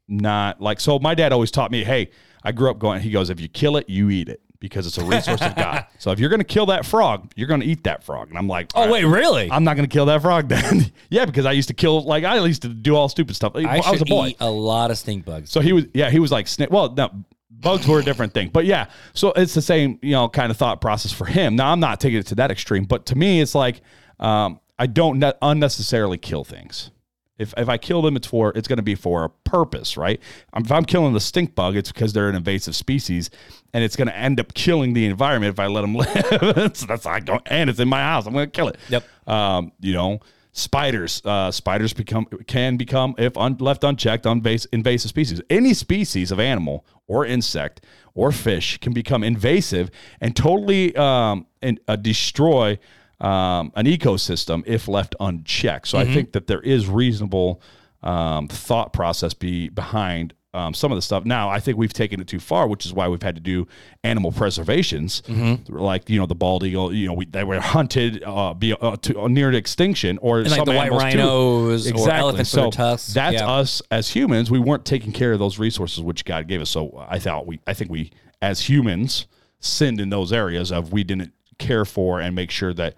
not like so. My dad always taught me, hey, I grew up going. He goes, if you kill it, you eat it because it's a resource of
[laughs]
God. So if you're going to kill that frog, you're going to eat that frog. And I'm like,
Oh, wait, really?
I'm not going to kill that frog [laughs] then. yeah, because I used to kill like I used to do all stupid stuff. I, was a
should
boy.
eat a lot of stink bugs.
So he was, yeah, he was like, sna- well, no, bugs were a different thing, but yeah. So it's the same, you know, kind of thought process for him. Now I'm not taking it to that extreme, but to me, it's like um, I don't ne- unnecessarily kill things. If, if I kill them, it's for it's going to be for a purpose, right? Um, If I'm killing the stink bug, it's because they're an invasive species, and it's going to end up killing the environment if I let them [laughs] live. that's, that's how I go, and it's in my house. I'm going to kill it
Yep.
um, you know spiders uh, spiders become can become if un, left unchecked unvas- invasive species any species of animal or insect or fish can become invasive and totally um, and, uh, destroy um, an ecosystem if left unchecked so i think that there is reasonable um, thought process be behind um, some of the stuff. Now, I think we've taken it too far, which is why we've had to do animal preservations,
Mm-hmm.
like you know the bald eagle. You know, we, they were hunted uh, be, uh, to, uh, near to extinction, or
like
some
the white
animals too.
rhinos or elephants with
so
their tusks.
That's
Yeah.
us as humans. We weren't taking care of those resources which God gave us. So I thought we, I think we as humans sinned in those areas of we didn't care for and make sure that.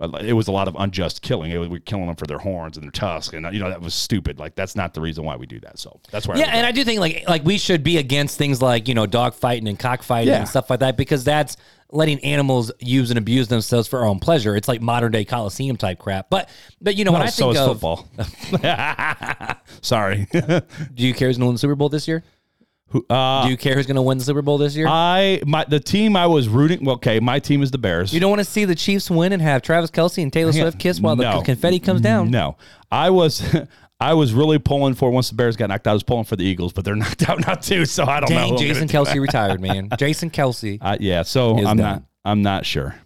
uh, It was a lot of unjust killing. It was, we were killing them for their horns and their tusks, and uh, you know that was stupid. Like that's not the reason why we do that. So that's where I
yeah,
would go.
and I do think like like we should be against things like you know dog fighting and cockfighting
Yeah.
and stuff like that because that's letting animals use and abuse themselves for our own pleasure. It's like modern day coliseum type crap. But but you know when I
so
think
is
of
football. [laughs]
[laughs]
Sorry.
do you care who's going to win the Super Bowl this year?
Who- uh,
do you care who's going to win the Super Bowl this year?
I my the team I was rooting. well, Okay, my team is the Bears.
you don't want to see the Chiefs win and have Travis Kelsey and Taylor Swift kiss while the
No.
confetti comes down.
No, I was [laughs] I was really pulling for once the Bears got knocked out. I was pulling for the Eagles, but they're [laughs] knocked out now too. So I don't know. who
Dang,
I'm gonna
Jason
do.
Kelsey
[laughs]
retired, man. Jason Kelsey.
Uh, yeah, so
Is
I'm
done.
not. I'm not sure.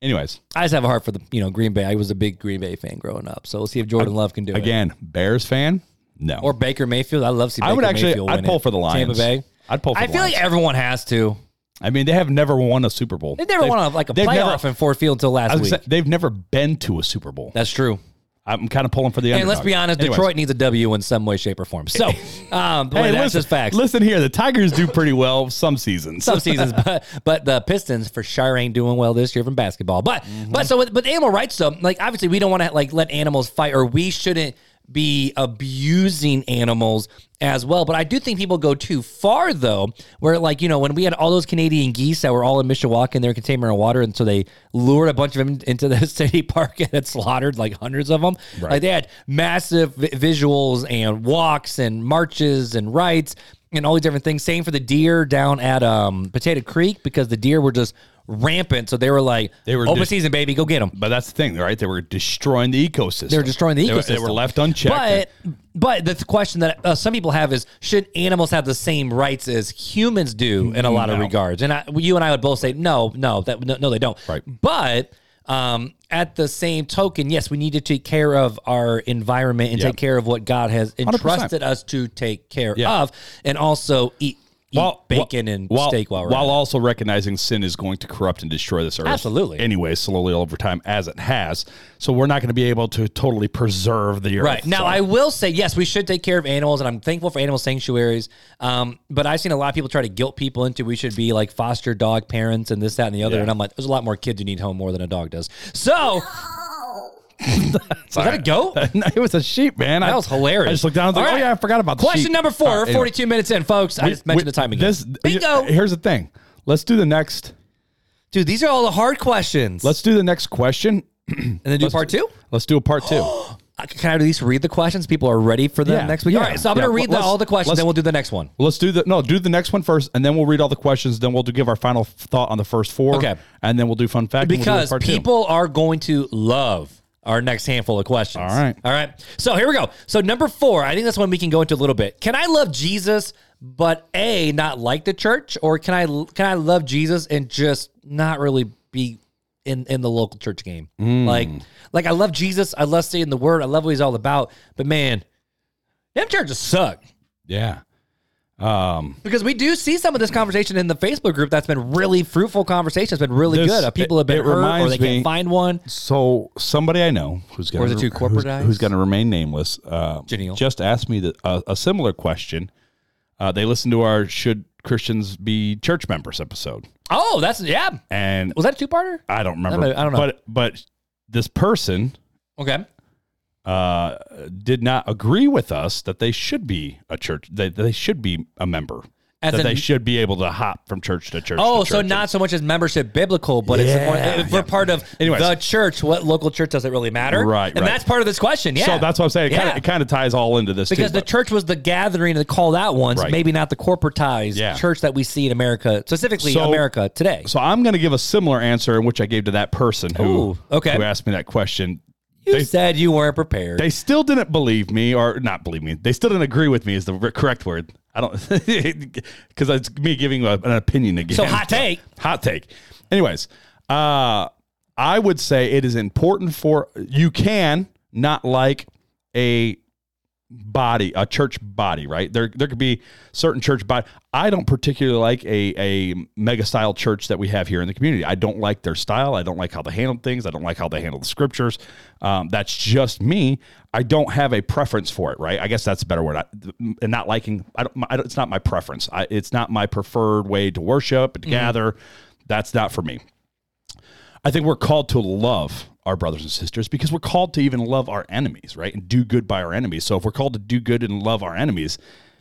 Anyways,
I just have a heart for the you know Green Bay. I was a big Green Bay fan growing up, so we'll see if Jordan Love can do it.
again, Bears fan? No.
Or Baker Mayfield. I love to see. Baker
I would actually.
Mayfield
I'd
win
pull
it.
for the Lions.
Tampa Bay.
I'd pull. For
I
the
feel
Lions.
like everyone has to.
I mean, they have never won a Super Bowl.
They've never won a, like a
they've
playoff in Ford Field until
I
last
was
week.
gonna say, they've never been to a Super Bowl.
That's true.
I'm kind of pulling for the.
And let's
underdog.
be honest,
Anyways.
Detroit needs a W in some way, shape, or
[laughs]
form. So, um, but
Hey,
that's
listen,
just facts.
Listen here, the Tigers do pretty well some seasons.
some seasons, but but the Pistons for sure ain't doing well this year from basketball. But but so with, but animal rights though, like obviously we don't want to like let animals fight, or we shouldn't be abusing animals as well. But I do think people go too far though, where like you know when we had all those Canadian geese that were all in Mishawaka and they were contained water, and so they lured a bunch of them into the [laughs] city park and had slaughtered like hundreds of them. Like they had massive vi- visuals and walks and marches and rights and all these different things. Same for the deer down at um, Potato Creek because the deer were just rampant. So they were like,
They were
open
just-
season, baby, go get them.
but that's the thing, right? They were destroying the ecosystem.
They were destroying the
They were,
ecosystem.
they were left unchecked.
But but the th- question that uh, some people have is, should animals have the same rights as humans do in a lot of
No.
regards? And I, you and I would both say no, no, that no, no they don't.
Right.
But um, at the same token, yes, we need to take care of our environment and
Yep.
take care of what God has
100%.
entrusted us to take care
Yeah.
of, and also eat, eat bacon and
while-
steak while we're
while
at it.
also recognizing sin is going to corrupt and destroy this earth.
Absolutely.
Anyway, slowly over time as it has. So we're not going to be able to totally preserve the earth.
Right. Now,
So-
I will say, yes, we should take care of animals, and I'm thankful for animal sanctuaries. Um, but I've seen a lot of people try to guilt people into we should be like foster dog parents and this, that, and the other.
Yeah.
And I'm like, there's a lot more kids who need home more than a dog does. So, [laughs] is that a goat? That
No, [laughs] it was a sheep, man. That [laughs] I,
was hilarious.
I just looked down and was like,
All
oh,
right.
yeah, I forgot about the
Question
sheep.
number four.
All right,
We're
anyway.
42 minutes in, folks. I
We-
just mentioned
we-
the time again.
This,
Bingo.
Here's the thing. Let's do the next.
Dude, these are all the hard questions.
Let's do the next question.
and then do part two.
Let's do a
[gasps]
part two.
Uh, Can I at least read the questions? People are ready for them
Yeah.
next week.
Yeah.
All right, so I'm
Yeah.
going to read the,
Let's-
all the questions,
let's-
then we'll do the next one.
Let's do the no. Do the next one first, and then we'll read all the questions. Then we'll do, give our final thought on the first four.
Okay.
and then we'll do fun fact and we'll do
because
part two.
people are going to love our next handful of questions.
All right.
All right. So here we go. So number four, I think that's one we can go into a little bit. Can I love Jesus but a not like the church, or can I can I love Jesus and just not really be in in the local church game?
Hmm.
Like like I love Jesus, I love seeing the word, I love what he's all about, but man, them churches suck.
Yeah. Um.
Because we do see some of this conversation in the Facebook group that's been really fruitful conversation. It's been really
This-
good. People have been
it- it
hurt or
reminds
they
me-
can't find one.
So somebody I know who's going
Or is it too corporatized?
who's, going to remain nameless. Uh,
Janelle.
just asked me the, uh, a similar question. Uh, they listened to our "Should Christians Be Church Members?" episode,
Oh, that's yeah.
and
Was that a two parter?
I don't remember.
I don't know.
But but this person
Okay.
uh, did not agree with us that they should be a church. That they should be a member.
As
that
in-
they should be able to hop from church to church.
Oh,
to
so
church.
not so much as membership biblical, but
Yeah,
it's if we're
yeah.
part of
Anyways.
the church. What local church does it really matter?
Right,
And
right.
that's part of this question. Yeah.
So that's what I'm saying. It
Yeah.
kind of kind of ties all into this
because
too,
the
but-
church was the gathering of the called out ones,
Right.
maybe not the corporatized
Yeah.
church that we see in America, specifically
So-
America today.
So I'm going to give a similar answer in which I gave to that person who
Ooh, okay.
who asked me that question.
you
they-
said you weren't prepared.
They still didn't believe me, or not believe me. They still didn't agree with me. Is the r- correct word? I don't [laughs] because it's me giving a- an opinion again.
So hot take.
Hot take. Anyways, uh, I would say it is important for you can not like a body, a church body, right? There, there could be certain church body. I don't particularly like a a mega style church that we have here in the community. I don't like their style. I don't like how they handle things. I don't like how they handle the scriptures. Um, that's just me. I don't have a preference for it, right? I guess that's a better word. I, and not liking, I don't, I don't. It's not my preference. I, it's not my preferred way to worship and to gather. That's not for me. I think we're called to love our brothers and sisters because we're called to even love our enemies, right? And do good by our enemies. So if we're called to do good and love our enemies,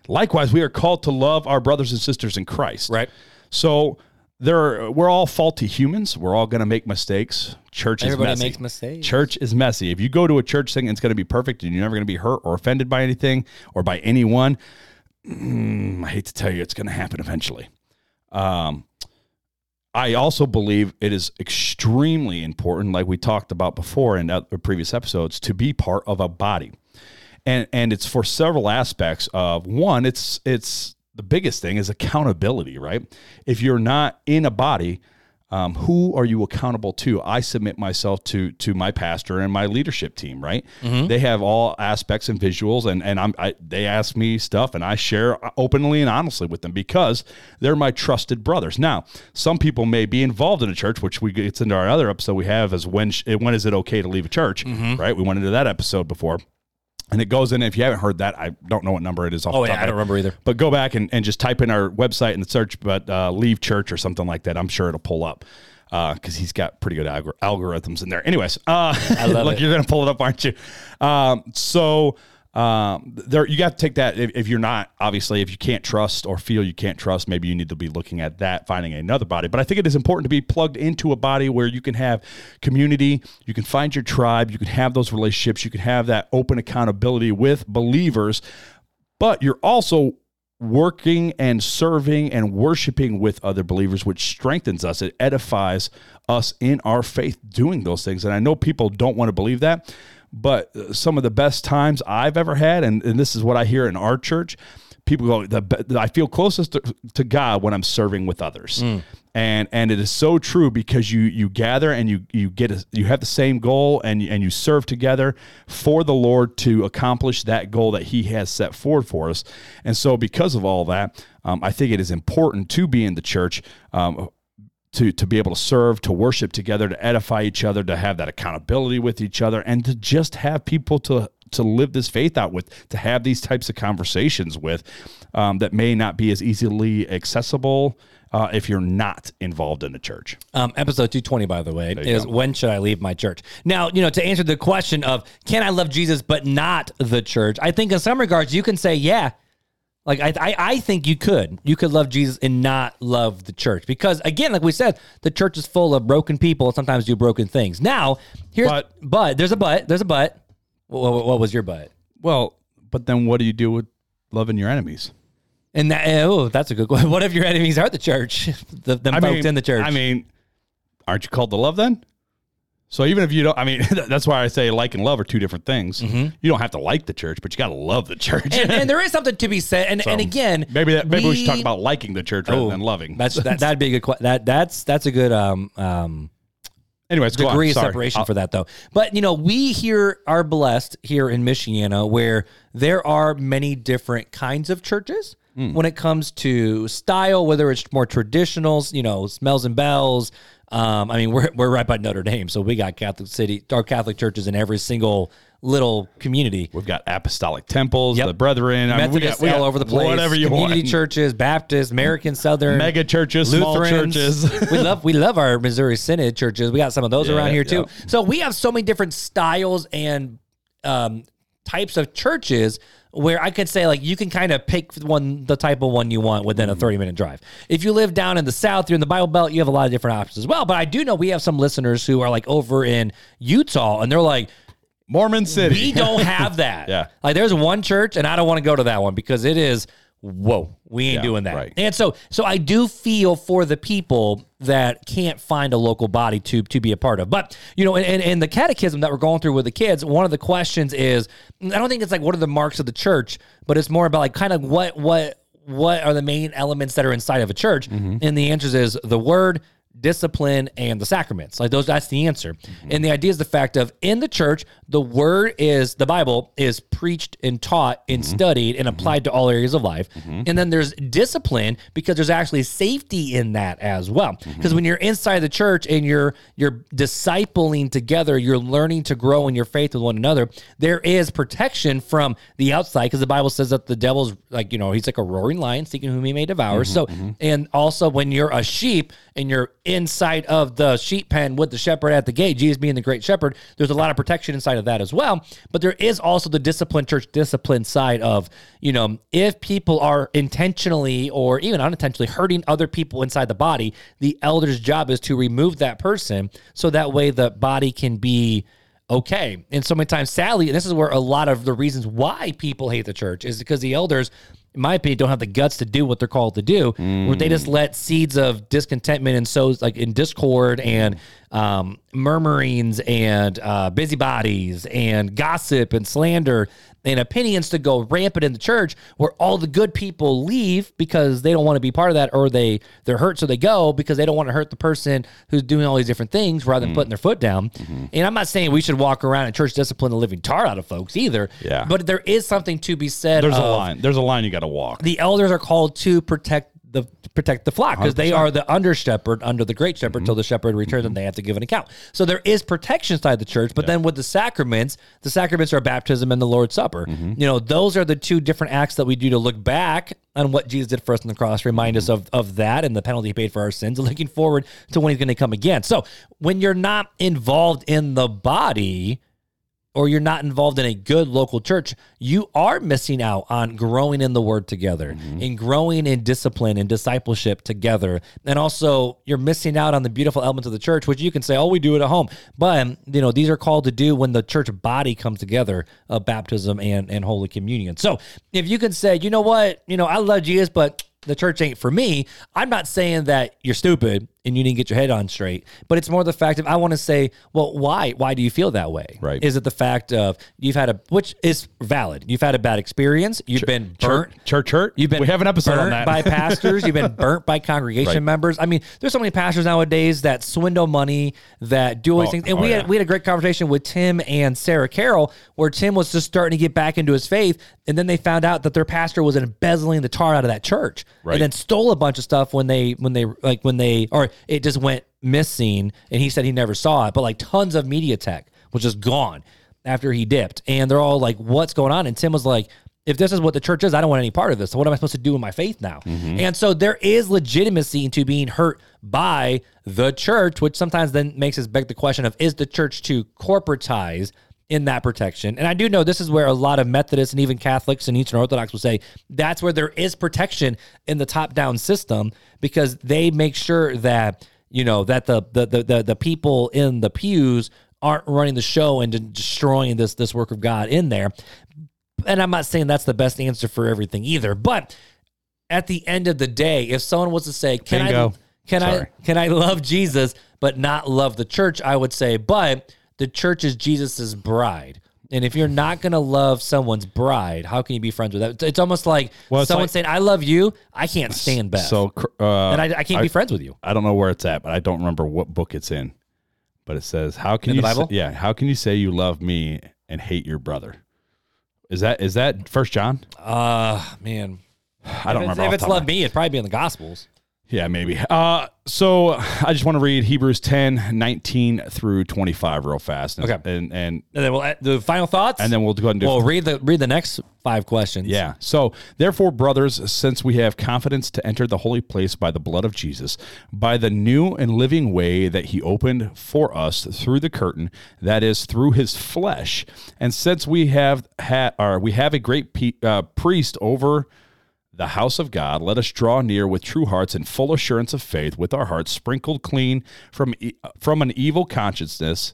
likewise, we are called to love our brothers and sisters in Christ.
Right.
So there are, we're all faulty humans. We're all going to make mistakes. Church
Everybody
is messy.
makes mistakes.
Church is messy. If you go to a church thing and it's going to be perfect and you're never going to be hurt or offended by anything or by anyone, mm, I hate to tell you, it's going to happen eventually. Um, I also believe it is extremely important, like we talked about before in other previous episodes, to be part of a body. and and it's for several aspects of one it's it's the biggest thing is accountability right if you're not in a body um, who are you accountable to i submit myself to to my pastor and my leadership team right they have all aspects and visuals and and i'm I, they ask me stuff and i share openly and honestly with them because they're my trusted brothers now some people may be involved in a church which we gets into our other episode we have is when sh- when is it okay to leave a church right we went into that episode before and it goes in. If you haven't heard that, I don't know what number it is. Off
Oh,
the
yeah,
top
I
of
don't
my head.
remember either.
But go back and, and just type in our website and search, but uh, leave church or something like that. I'm sure it'll pull up because he's got pretty good algor- algorithms in there. Anyways, uh, I [laughs]
love
look,
it.
you're gonna pull it up, aren't you? Um, so um, there, you got to take that if, if you're not obviously if you can't trust or feel you can't trust, maybe you need to be looking at that, finding another body. But I think it is important to be plugged into a body where you can have community, you can find your tribe, you can have those relationships, you can have that open accountability with believers but you're also working and serving and worshiping with other believers which strengthens us it edifies us in our faith doing those things and i know people don't want to believe that but uh, some of the best times i've ever had and, and this is what i hear in our church people go the, be- i feel closest to, to god when i'm serving with others and and it is so true because you you gather and you you get a, you have the same goal and and you serve together for the lord to accomplish that goal that he has set forward for us and so because of all that um, i think it is important to be in the church um, to, to be able to serve, to worship together, to edify each other, to have that accountability with each other, and to just have people to to live this faith out with, to have these types of conversations with, um, that may not be as easily accessible uh, if you're not involved in a church.
Um, episode 220, by the way, is when should I leave my church? Now, you know, to answer the question of can I love Jesus but not the church, I think in some regards you can say, yeah. Like, I, I, I think you could. You could love Jesus and not love the church. Because, again, like we said, the church is full of broken people and sometimes do broken things. Now, here's,
But-
but, there's a but, there's a but. What, what, what was your but?
Well, but then what do you do with loving your enemies?
And that, oh, that's a good question. [laughs] What if your enemies are the church? [laughs] The, the folks in the church.
I mean, aren't you called to love then? So even if you don't, I mean, [laughs] that's why I say like and love are two different things.
Mm-hmm.
You don't have to like the church, but you got to love the church.
and, and there is something to be said. And,
[laughs]
and
So,
again,
maybe that maybe we, should talk
we-
about liking the church rather than loving.
Oh, That's
[laughs]
that, that'd be a good que- that that's that's a good um um
Anyways, go on.
degree of
Sorry.
separation
I'll-
for that though. But you know, we here are blessed here in Michiana where there are many different kinds of churches
Hmm.
when it comes to style, whether it's more traditionals, you know, smells and bells. Um, I mean, we're we're right by Notre Dame, so we got Catholic city, our Catholic churches in every single little community.
We've got apostolic temples,
Yep.
the Brethren, I mean, we
Methodists
got, we got
all over the place.
Whatever you
community
want.
churches, Baptists, American Southern,
Mega churches, small churches.
[laughs] we love we love our Missouri Synod churches. We got some of those
Yeah,
around here too.
yeah.
So we have so many different styles and um, types of churches where I could say like you can kind of pick one the type of one you want within
Mm-hmm.
a 30 minute drive. If you live down in the south, you're in the Bible Belt, you have a lot of different options as well. But I do know we have some listeners who are like over in Utah and they're like
Mormon City.
we
[laughs]
don't have that.
Yeah.
Like there's one church and I don't want to go to that one because it is whoa, we ain't
Yeah,
doing that.
right.
And so so I do feel for the people that can't find a local body to to be a part of. But you know, in, in, in the catechism that we're going through with the kids, one of the questions is I don't think it's like what are the marks of the church, but it's more about like kind of what what what are the main elements that are inside of a church?
Mm-hmm.
And the answers is the word, discipline and the sacraments like those that's the answer and the idea is the fact of in the church the word is the bible is preached and taught and studied and applied to all areas of life and then there's discipline because there's actually safety in that as well because when you're inside the church and you're you're discipling together you're learning to grow in your faith with one another there is protection from the outside because the bible says that the devil's like you know he's like a roaring lion seeking whom he may devour so and also when you're a sheep and you're inside of the sheep pen with the shepherd at the gate, Jesus being the great shepherd, there's a lot of protection inside of that as well. But there is also the discipline, church discipline side of, you know, if people are intentionally or even unintentionally hurting other people inside the body, the elder's job is to remove that person so that way the body can be okay. And so many times, sadly, and this is where a lot of the reasons why people hate the church is because the elders, in my opinion, don't have the guts to do what they're called to do. Where they just let seeds of discontentment and sows like in discord and um, murmurings and uh, busybodies and gossip and slander and opinions to go rampant in the church where all the good people leave because they don't want to be part of that or they they're hurt so they go because they don't want to hurt the person who's doing all these different things
Mm-hmm.
rather than putting their foot down and i'm not saying we should walk around and church discipline the living tar out of folks either
Yeah.
but there is something to be said
There's a
of-
line. There's a line you got to walk.
the elders are called to protect the protect the flock because they are the under shepherd under the great shepherd till the shepherd returns and they have to give an account. So there is protection side of the church, but then with the sacraments, the sacraments are baptism and the Lord's Supper. You know, those are the two different acts that we do to look back on what Jesus did for us on the cross, remind us of of that and the penalty he paid for our sins, [laughs] and looking forward to when he's going to come again. So when you're not involved in the body, or you're not involved in a good local church, you are missing out on growing in the word together and growing in discipline and discipleship together. And also, you're missing out on the beautiful elements of the church, which you can say, oh, we do it at home. But, um, you know, these are called to do when the church body comes together, uh, baptism and, and Holy Communion. So if you can say, you know what, you know, I love Jesus, but the church ain't for me. I'm not saying that you're stupid and you need to get your head on straight, but it's more the fact of I want to say, well, why? Why do you feel that way?
Right.
Is it the fact of you've had a, which is valid, you've had a bad experience, you've been burnt.
Church hurt.
You've been
We have an episode
burnt
on that. [laughs]
by pastors. You've been burnt by congregation
Right.
members. I mean, there's so many pastors nowadays that swindle money, that do all these
Oh,
things. And
oh,
we
yeah.
had we had a great conversation with Tim and Sarah Carroll, where Tim was just starting to get back into his faith, and then they found out that their pastor was embezzling the tar out of that church,
Right.
and then stole a bunch of stuff when they when they like when they or it just went missing, and he said he never saw it, but like tons of media tech was just gone after he dipped, and they're all like, "What's going on?" And Tim was like. If this is what the church is, I don't want any part of this. So what am I supposed to do with my faith now? And so there is legitimacy to being hurt by the church, which sometimes then makes us beg the question of is the church to corporatize in that protection. And I do know this is where a lot of Methodists and even Catholics and Eastern Orthodox will say that's where there is protection in the top down system because they make sure that, you know, that the the the, the, the people in the pews aren't running the show and de- destroying this this work of God in there. And I'm not saying that's the best answer for everything either, but at the end of the day, if someone was to say, "Can
Bingo.
I can
Sorry.
I can I love Jesus but not love the church?" I would say, "But the church is Jesus's bride." And if you're not going to love someone's bride, how can you be friends with that? It's- It's almost like
Well, it's
someone
like-
saying, "I love you, I can't stand Beth,
So cr- uh,
and I, I can't be friends with you."
I don't know where it's at, but I don't remember what book it's in. But it says, "How can
In
you
the Bible?
Say, yeah, how can you say you love me and hate your brother?" Is that is that First John?
Uh man,
I don't
if it's,
remember.
if
off
it's
the top of my-
love me, it'd probably be in the Gospels.
Yeah, maybe. Uh, so I just want to read Hebrews 10, 19 through 25 real fast. And,
Okay.
And, and,
And then we'll uh, the final thoughts,
and then we'll go ahead and do
we'll read the read the next five questions.
Yeah. So, therefore, brothers, since we have confidence to enter the holy place by the blood of Jesus, by the new and living way that he opened for us through the curtain, that is through his flesh, and since we have ha- or we have a great pe- uh, priest over the house of God, let us draw near with true hearts and full assurance of faith, with our hearts sprinkled clean from e- from an evil consciousness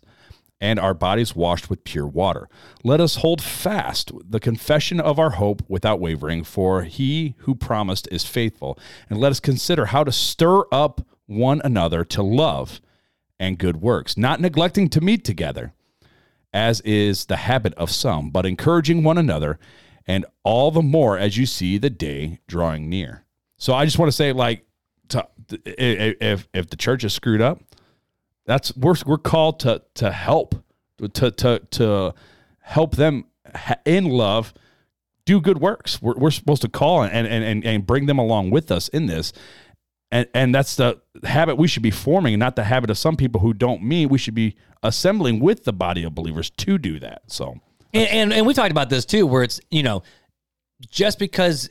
and our bodies washed with pure water. Let us hold fast the confession of our hope without wavering, for he who promised is faithful. And let us consider how to stir up one another to love and good works, not neglecting to meet together, as is the habit of some, but encouraging one another, and all the more as you see the day drawing near. So I just want to say, like, to, if if the church is screwed up, that's we're we're called to to help to to to help them ha- in love do good works we're, we're supposed to call and, and and and bring them along with us in this and and that's the habit we should be forming and not the habit of some people who don't mean we should be assembling with the body of believers to do that so
and, and and we talked about this too, where it's you know, just because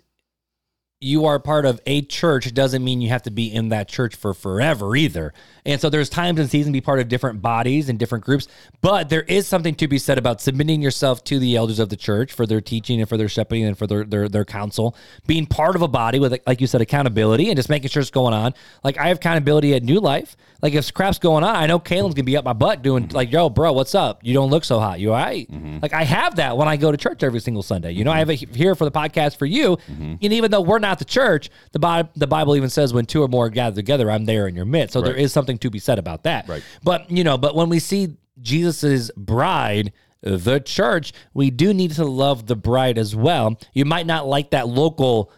you are part of a church doesn't mean you have to be in that church for forever either. And so there's times and seasons to be part of different bodies and different groups, but there is something to be said about submitting yourself to the elders of the church for their teaching and for their shepherding and for their their, their counsel, being part of a body with like you said accountability and just making sure it's going on. Like I have accountability at New Life. Like if crap's going on, I know Kalen's gonna be up my butt doing like, yo, bro, what's up? You don't look so hot. You all right? Like I have that when I go to church every single Sunday. You know, I have it he- here for the podcast for you. And even though we're not the church, the Bible, the Bible even says when two or more are gathered together, I'm there in your midst. So there is something to be said about that.
Right.
But you know, but when we see Jesus's bride the church, we do need to love the bride as well. You might not like that local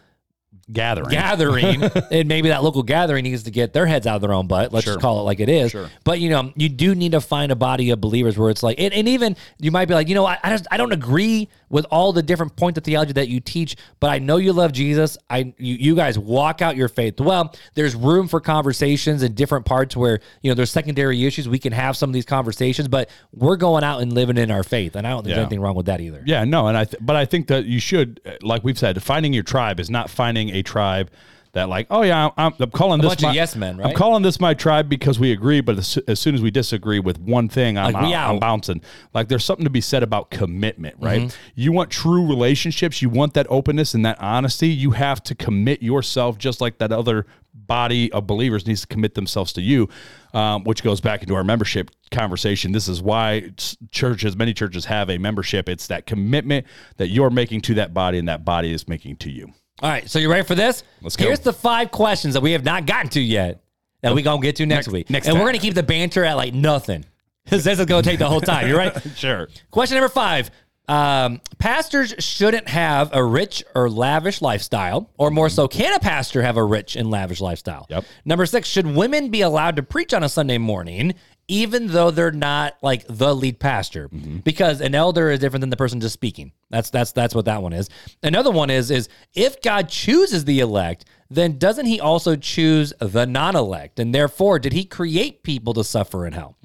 Gathering. [laughs]
gathering, and maybe that local gathering needs to get their heads out of their own butt. Let's just call it like it is.
Sure.
But you know, you do need to find a body of believers where it's like, and, and even you might be like, you know, I, I just I don't agree with all the different points of theology that you teach, but I know you love Jesus. I you, you guys walk out your faith well. There's room for conversations in different parts where you know there's secondary issues. We can have some of these conversations, but we're going out and living in our faith, and I don't think
Yeah.
there's anything wrong with that either.
Yeah, no, and I th- but I think that you should, uh, like we've said, finding your tribe is not finding a tribe that like, oh yeah, I'm, I'm calling this
bunch of yes men,
I'm
right?
calling this my tribe because we agree, but as, as soon as we disagree with one thing, I'm
Like,
out, I'm
we out. Mm-hmm.
bouncing. Like there's something to be said about commitment, right? You want true relationships, you want that openness and that honesty. You have to commit yourself, just like that other body of believers needs to commit themselves to you. Um, which goes back into our membership conversation. This is why s- churches, many churches, have a membership. It's that commitment that you're making to that body, and that body is making to you.
All right, so you ready for this?
Let's go.
Here's the five questions that we have not gotten to yet that we gonna get to next, week.
next
and we're
time.
gonna keep the banter at like nothing [laughs] because this is gonna take the whole time.
[laughs]
You ready?
Sure.
Question number five: um, Pastors shouldn't have a rich or lavish lifestyle, or more so, can a pastor have a rich and lavish lifestyle?
Yep.
Number six: Should women be allowed to preach on a Sunday morning? Even though they're not like the lead pastor, because an elder is different than the person just speaking. That's that's that's what that one is. Another one is is if God chooses the elect, then doesn't He also choose the non-elect? And therefore, did He create people to suffer in hell?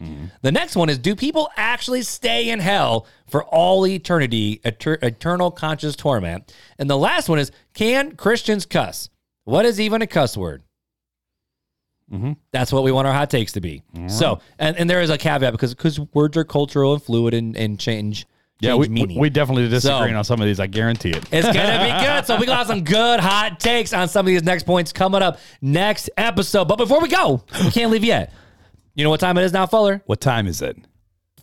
The next one is: Do people actually stay in hell for all eternity, eter- eternal conscious torment? And the last one is: Can Christians cuss? What is even a cuss word? That's what we want our hot takes to be. So, and, and there is a caveat because because words are cultural and fluid and, and change.
Yeah,
change
we, we
meaning.
we definitely disagreeing
So-
on some of these. I guarantee it.
It's gonna
[laughs]
be good. So we got some good hot takes on some of these next points coming up next episode. But before we go, we can't leave yet. You know what time it is now, Fuller?
What time is it?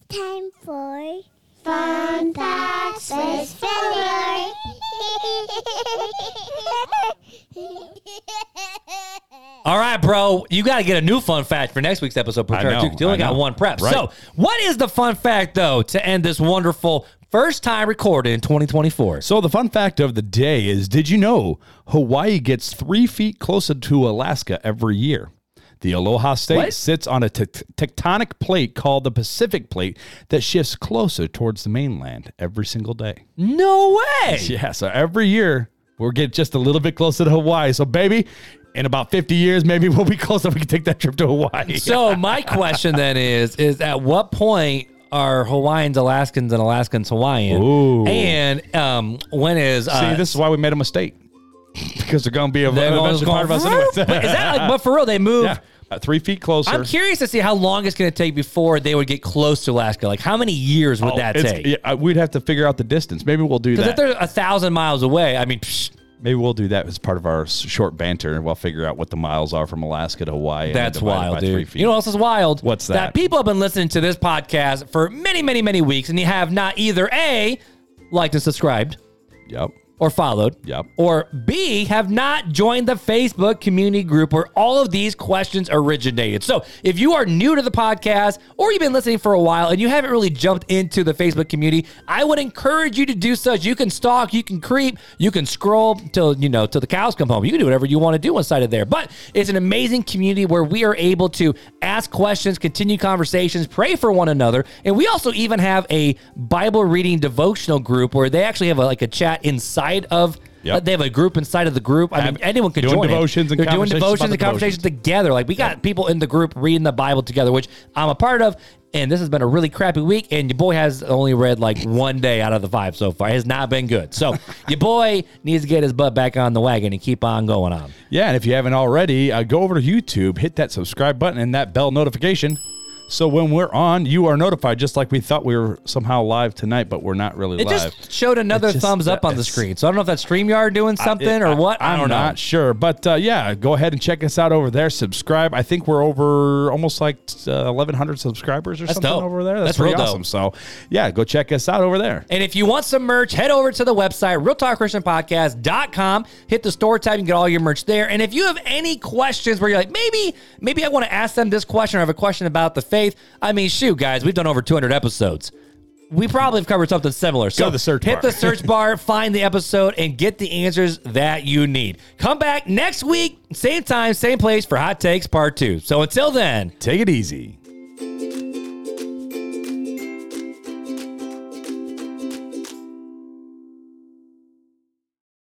Time for fun facts with [laughs] Filler.
All right, bro. You got to get a new fun fact for next week's episode.
I know,
You only
I
got
know.
one prep.
Right.
So, what is the fun fact though to end this wonderful first time recorded in 2024?
So the fun fact of the day is: Did you know Hawaii gets three feet closer to Alaska every year? The Aloha State
What?
sits on a te- tectonic plate called the Pacific Plate that shifts closer towards the mainland every single day.
Hmm. No way.
Yeah, so every year we're getting just a little bit closer to Hawaii. So baby, in about 50 years, maybe [laughs] we'll be close enough we can take that trip to Hawaii.
So my question then is: is at what point are Hawaiians Alaskans and Alaskans Hawaiian?
Ooh.
And um, when is
[laughs]
uh,
See, this is why we made a mistake [laughs] because they're going to be a,
they're going-
eventually part of us
vroom.
anyway. [laughs]
But is that like? But for real, they move.
yeah, uh, three feet closer.
I'm curious to see how long it's going to take before they would get close to Alaska. Like, how many years would
Oh,
that
it's-
take?
yeah, I- we'd have to figure out the distance. Maybe we'll do
Because if
that.
they're a thousand miles away, I mean, psh,
Maybe we'll do that as part of our s- short banter, and we'll figure out what the miles are from Alaska to Hawaii. and
that's
divide it by
wild,
three
dude.
feet.
You know what else is wild?
What's
That
that?
people have been listening to this podcast for many, many, many weeks, and you have not either a liked and subscribed.
Yep.
or followed.
Yep.
Or B, have not joined the Facebook community group where all of these questions originated. So if you are new to the podcast or you've been listening for a while and you haven't really jumped into the Facebook community, I would encourage you to do so. You can stalk, you can creep, you can scroll till you know till the cows come home. You can do whatever you want to do inside of there. But it's an amazing community where we are able to ask questions, continue conversations, pray for one another, and we also even have a Bible reading devotional group where they actually have a, like a chat inside of.
Yep.
uh, They have a group inside of the group. I mean,
Have-
anyone can
doing
join. it.
devotions and
They're doing
conversations
devotions
about
and
the
conversations together. Like we got people in the group reading the Bible together, which I'm a part of. And this has been a really crappy week. And your boy has only read like one day out of the five so far. It has not been good.
[laughs]
So your boy needs to get his butt back on the wagon and keep on going on.
Yeah, and if you haven't already, uh, go over to YouTube, hit that subscribe button and that bell notification. So when we're on, you are notified, just like we thought we were somehow live tonight, but we're not really
It
live.
just showed another
It just-
thumbs up on the
it's-
screen. So I don't know if that's StreamYard doing something
It-
or what. I,
I'm
don't know.
not sure, but uh, yeah, go ahead and check us out over there. Subscribe. I think we're over almost like uh, 1,100 subscribers or something
dope.
over there. That's,
That's real
pretty
dope.
awesome. So yeah, go check us out over there.
And if you want some merch, head over to the website, realtalkchristianpodcast.com. Hit the store tab and get all your merch there. And if you have any questions where you're like, maybe, maybe I want to ask them this question or I have a question about the faith, I mean, shoot, guys, we've done over 200 episodes. we probably have covered something similar. So
to the search bar.
hit
[laughs]
the search bar, find the episode, and get the answers that you need. Come back next week, same time, same place for Hot Takes Part 2. So until then.
Take it easy.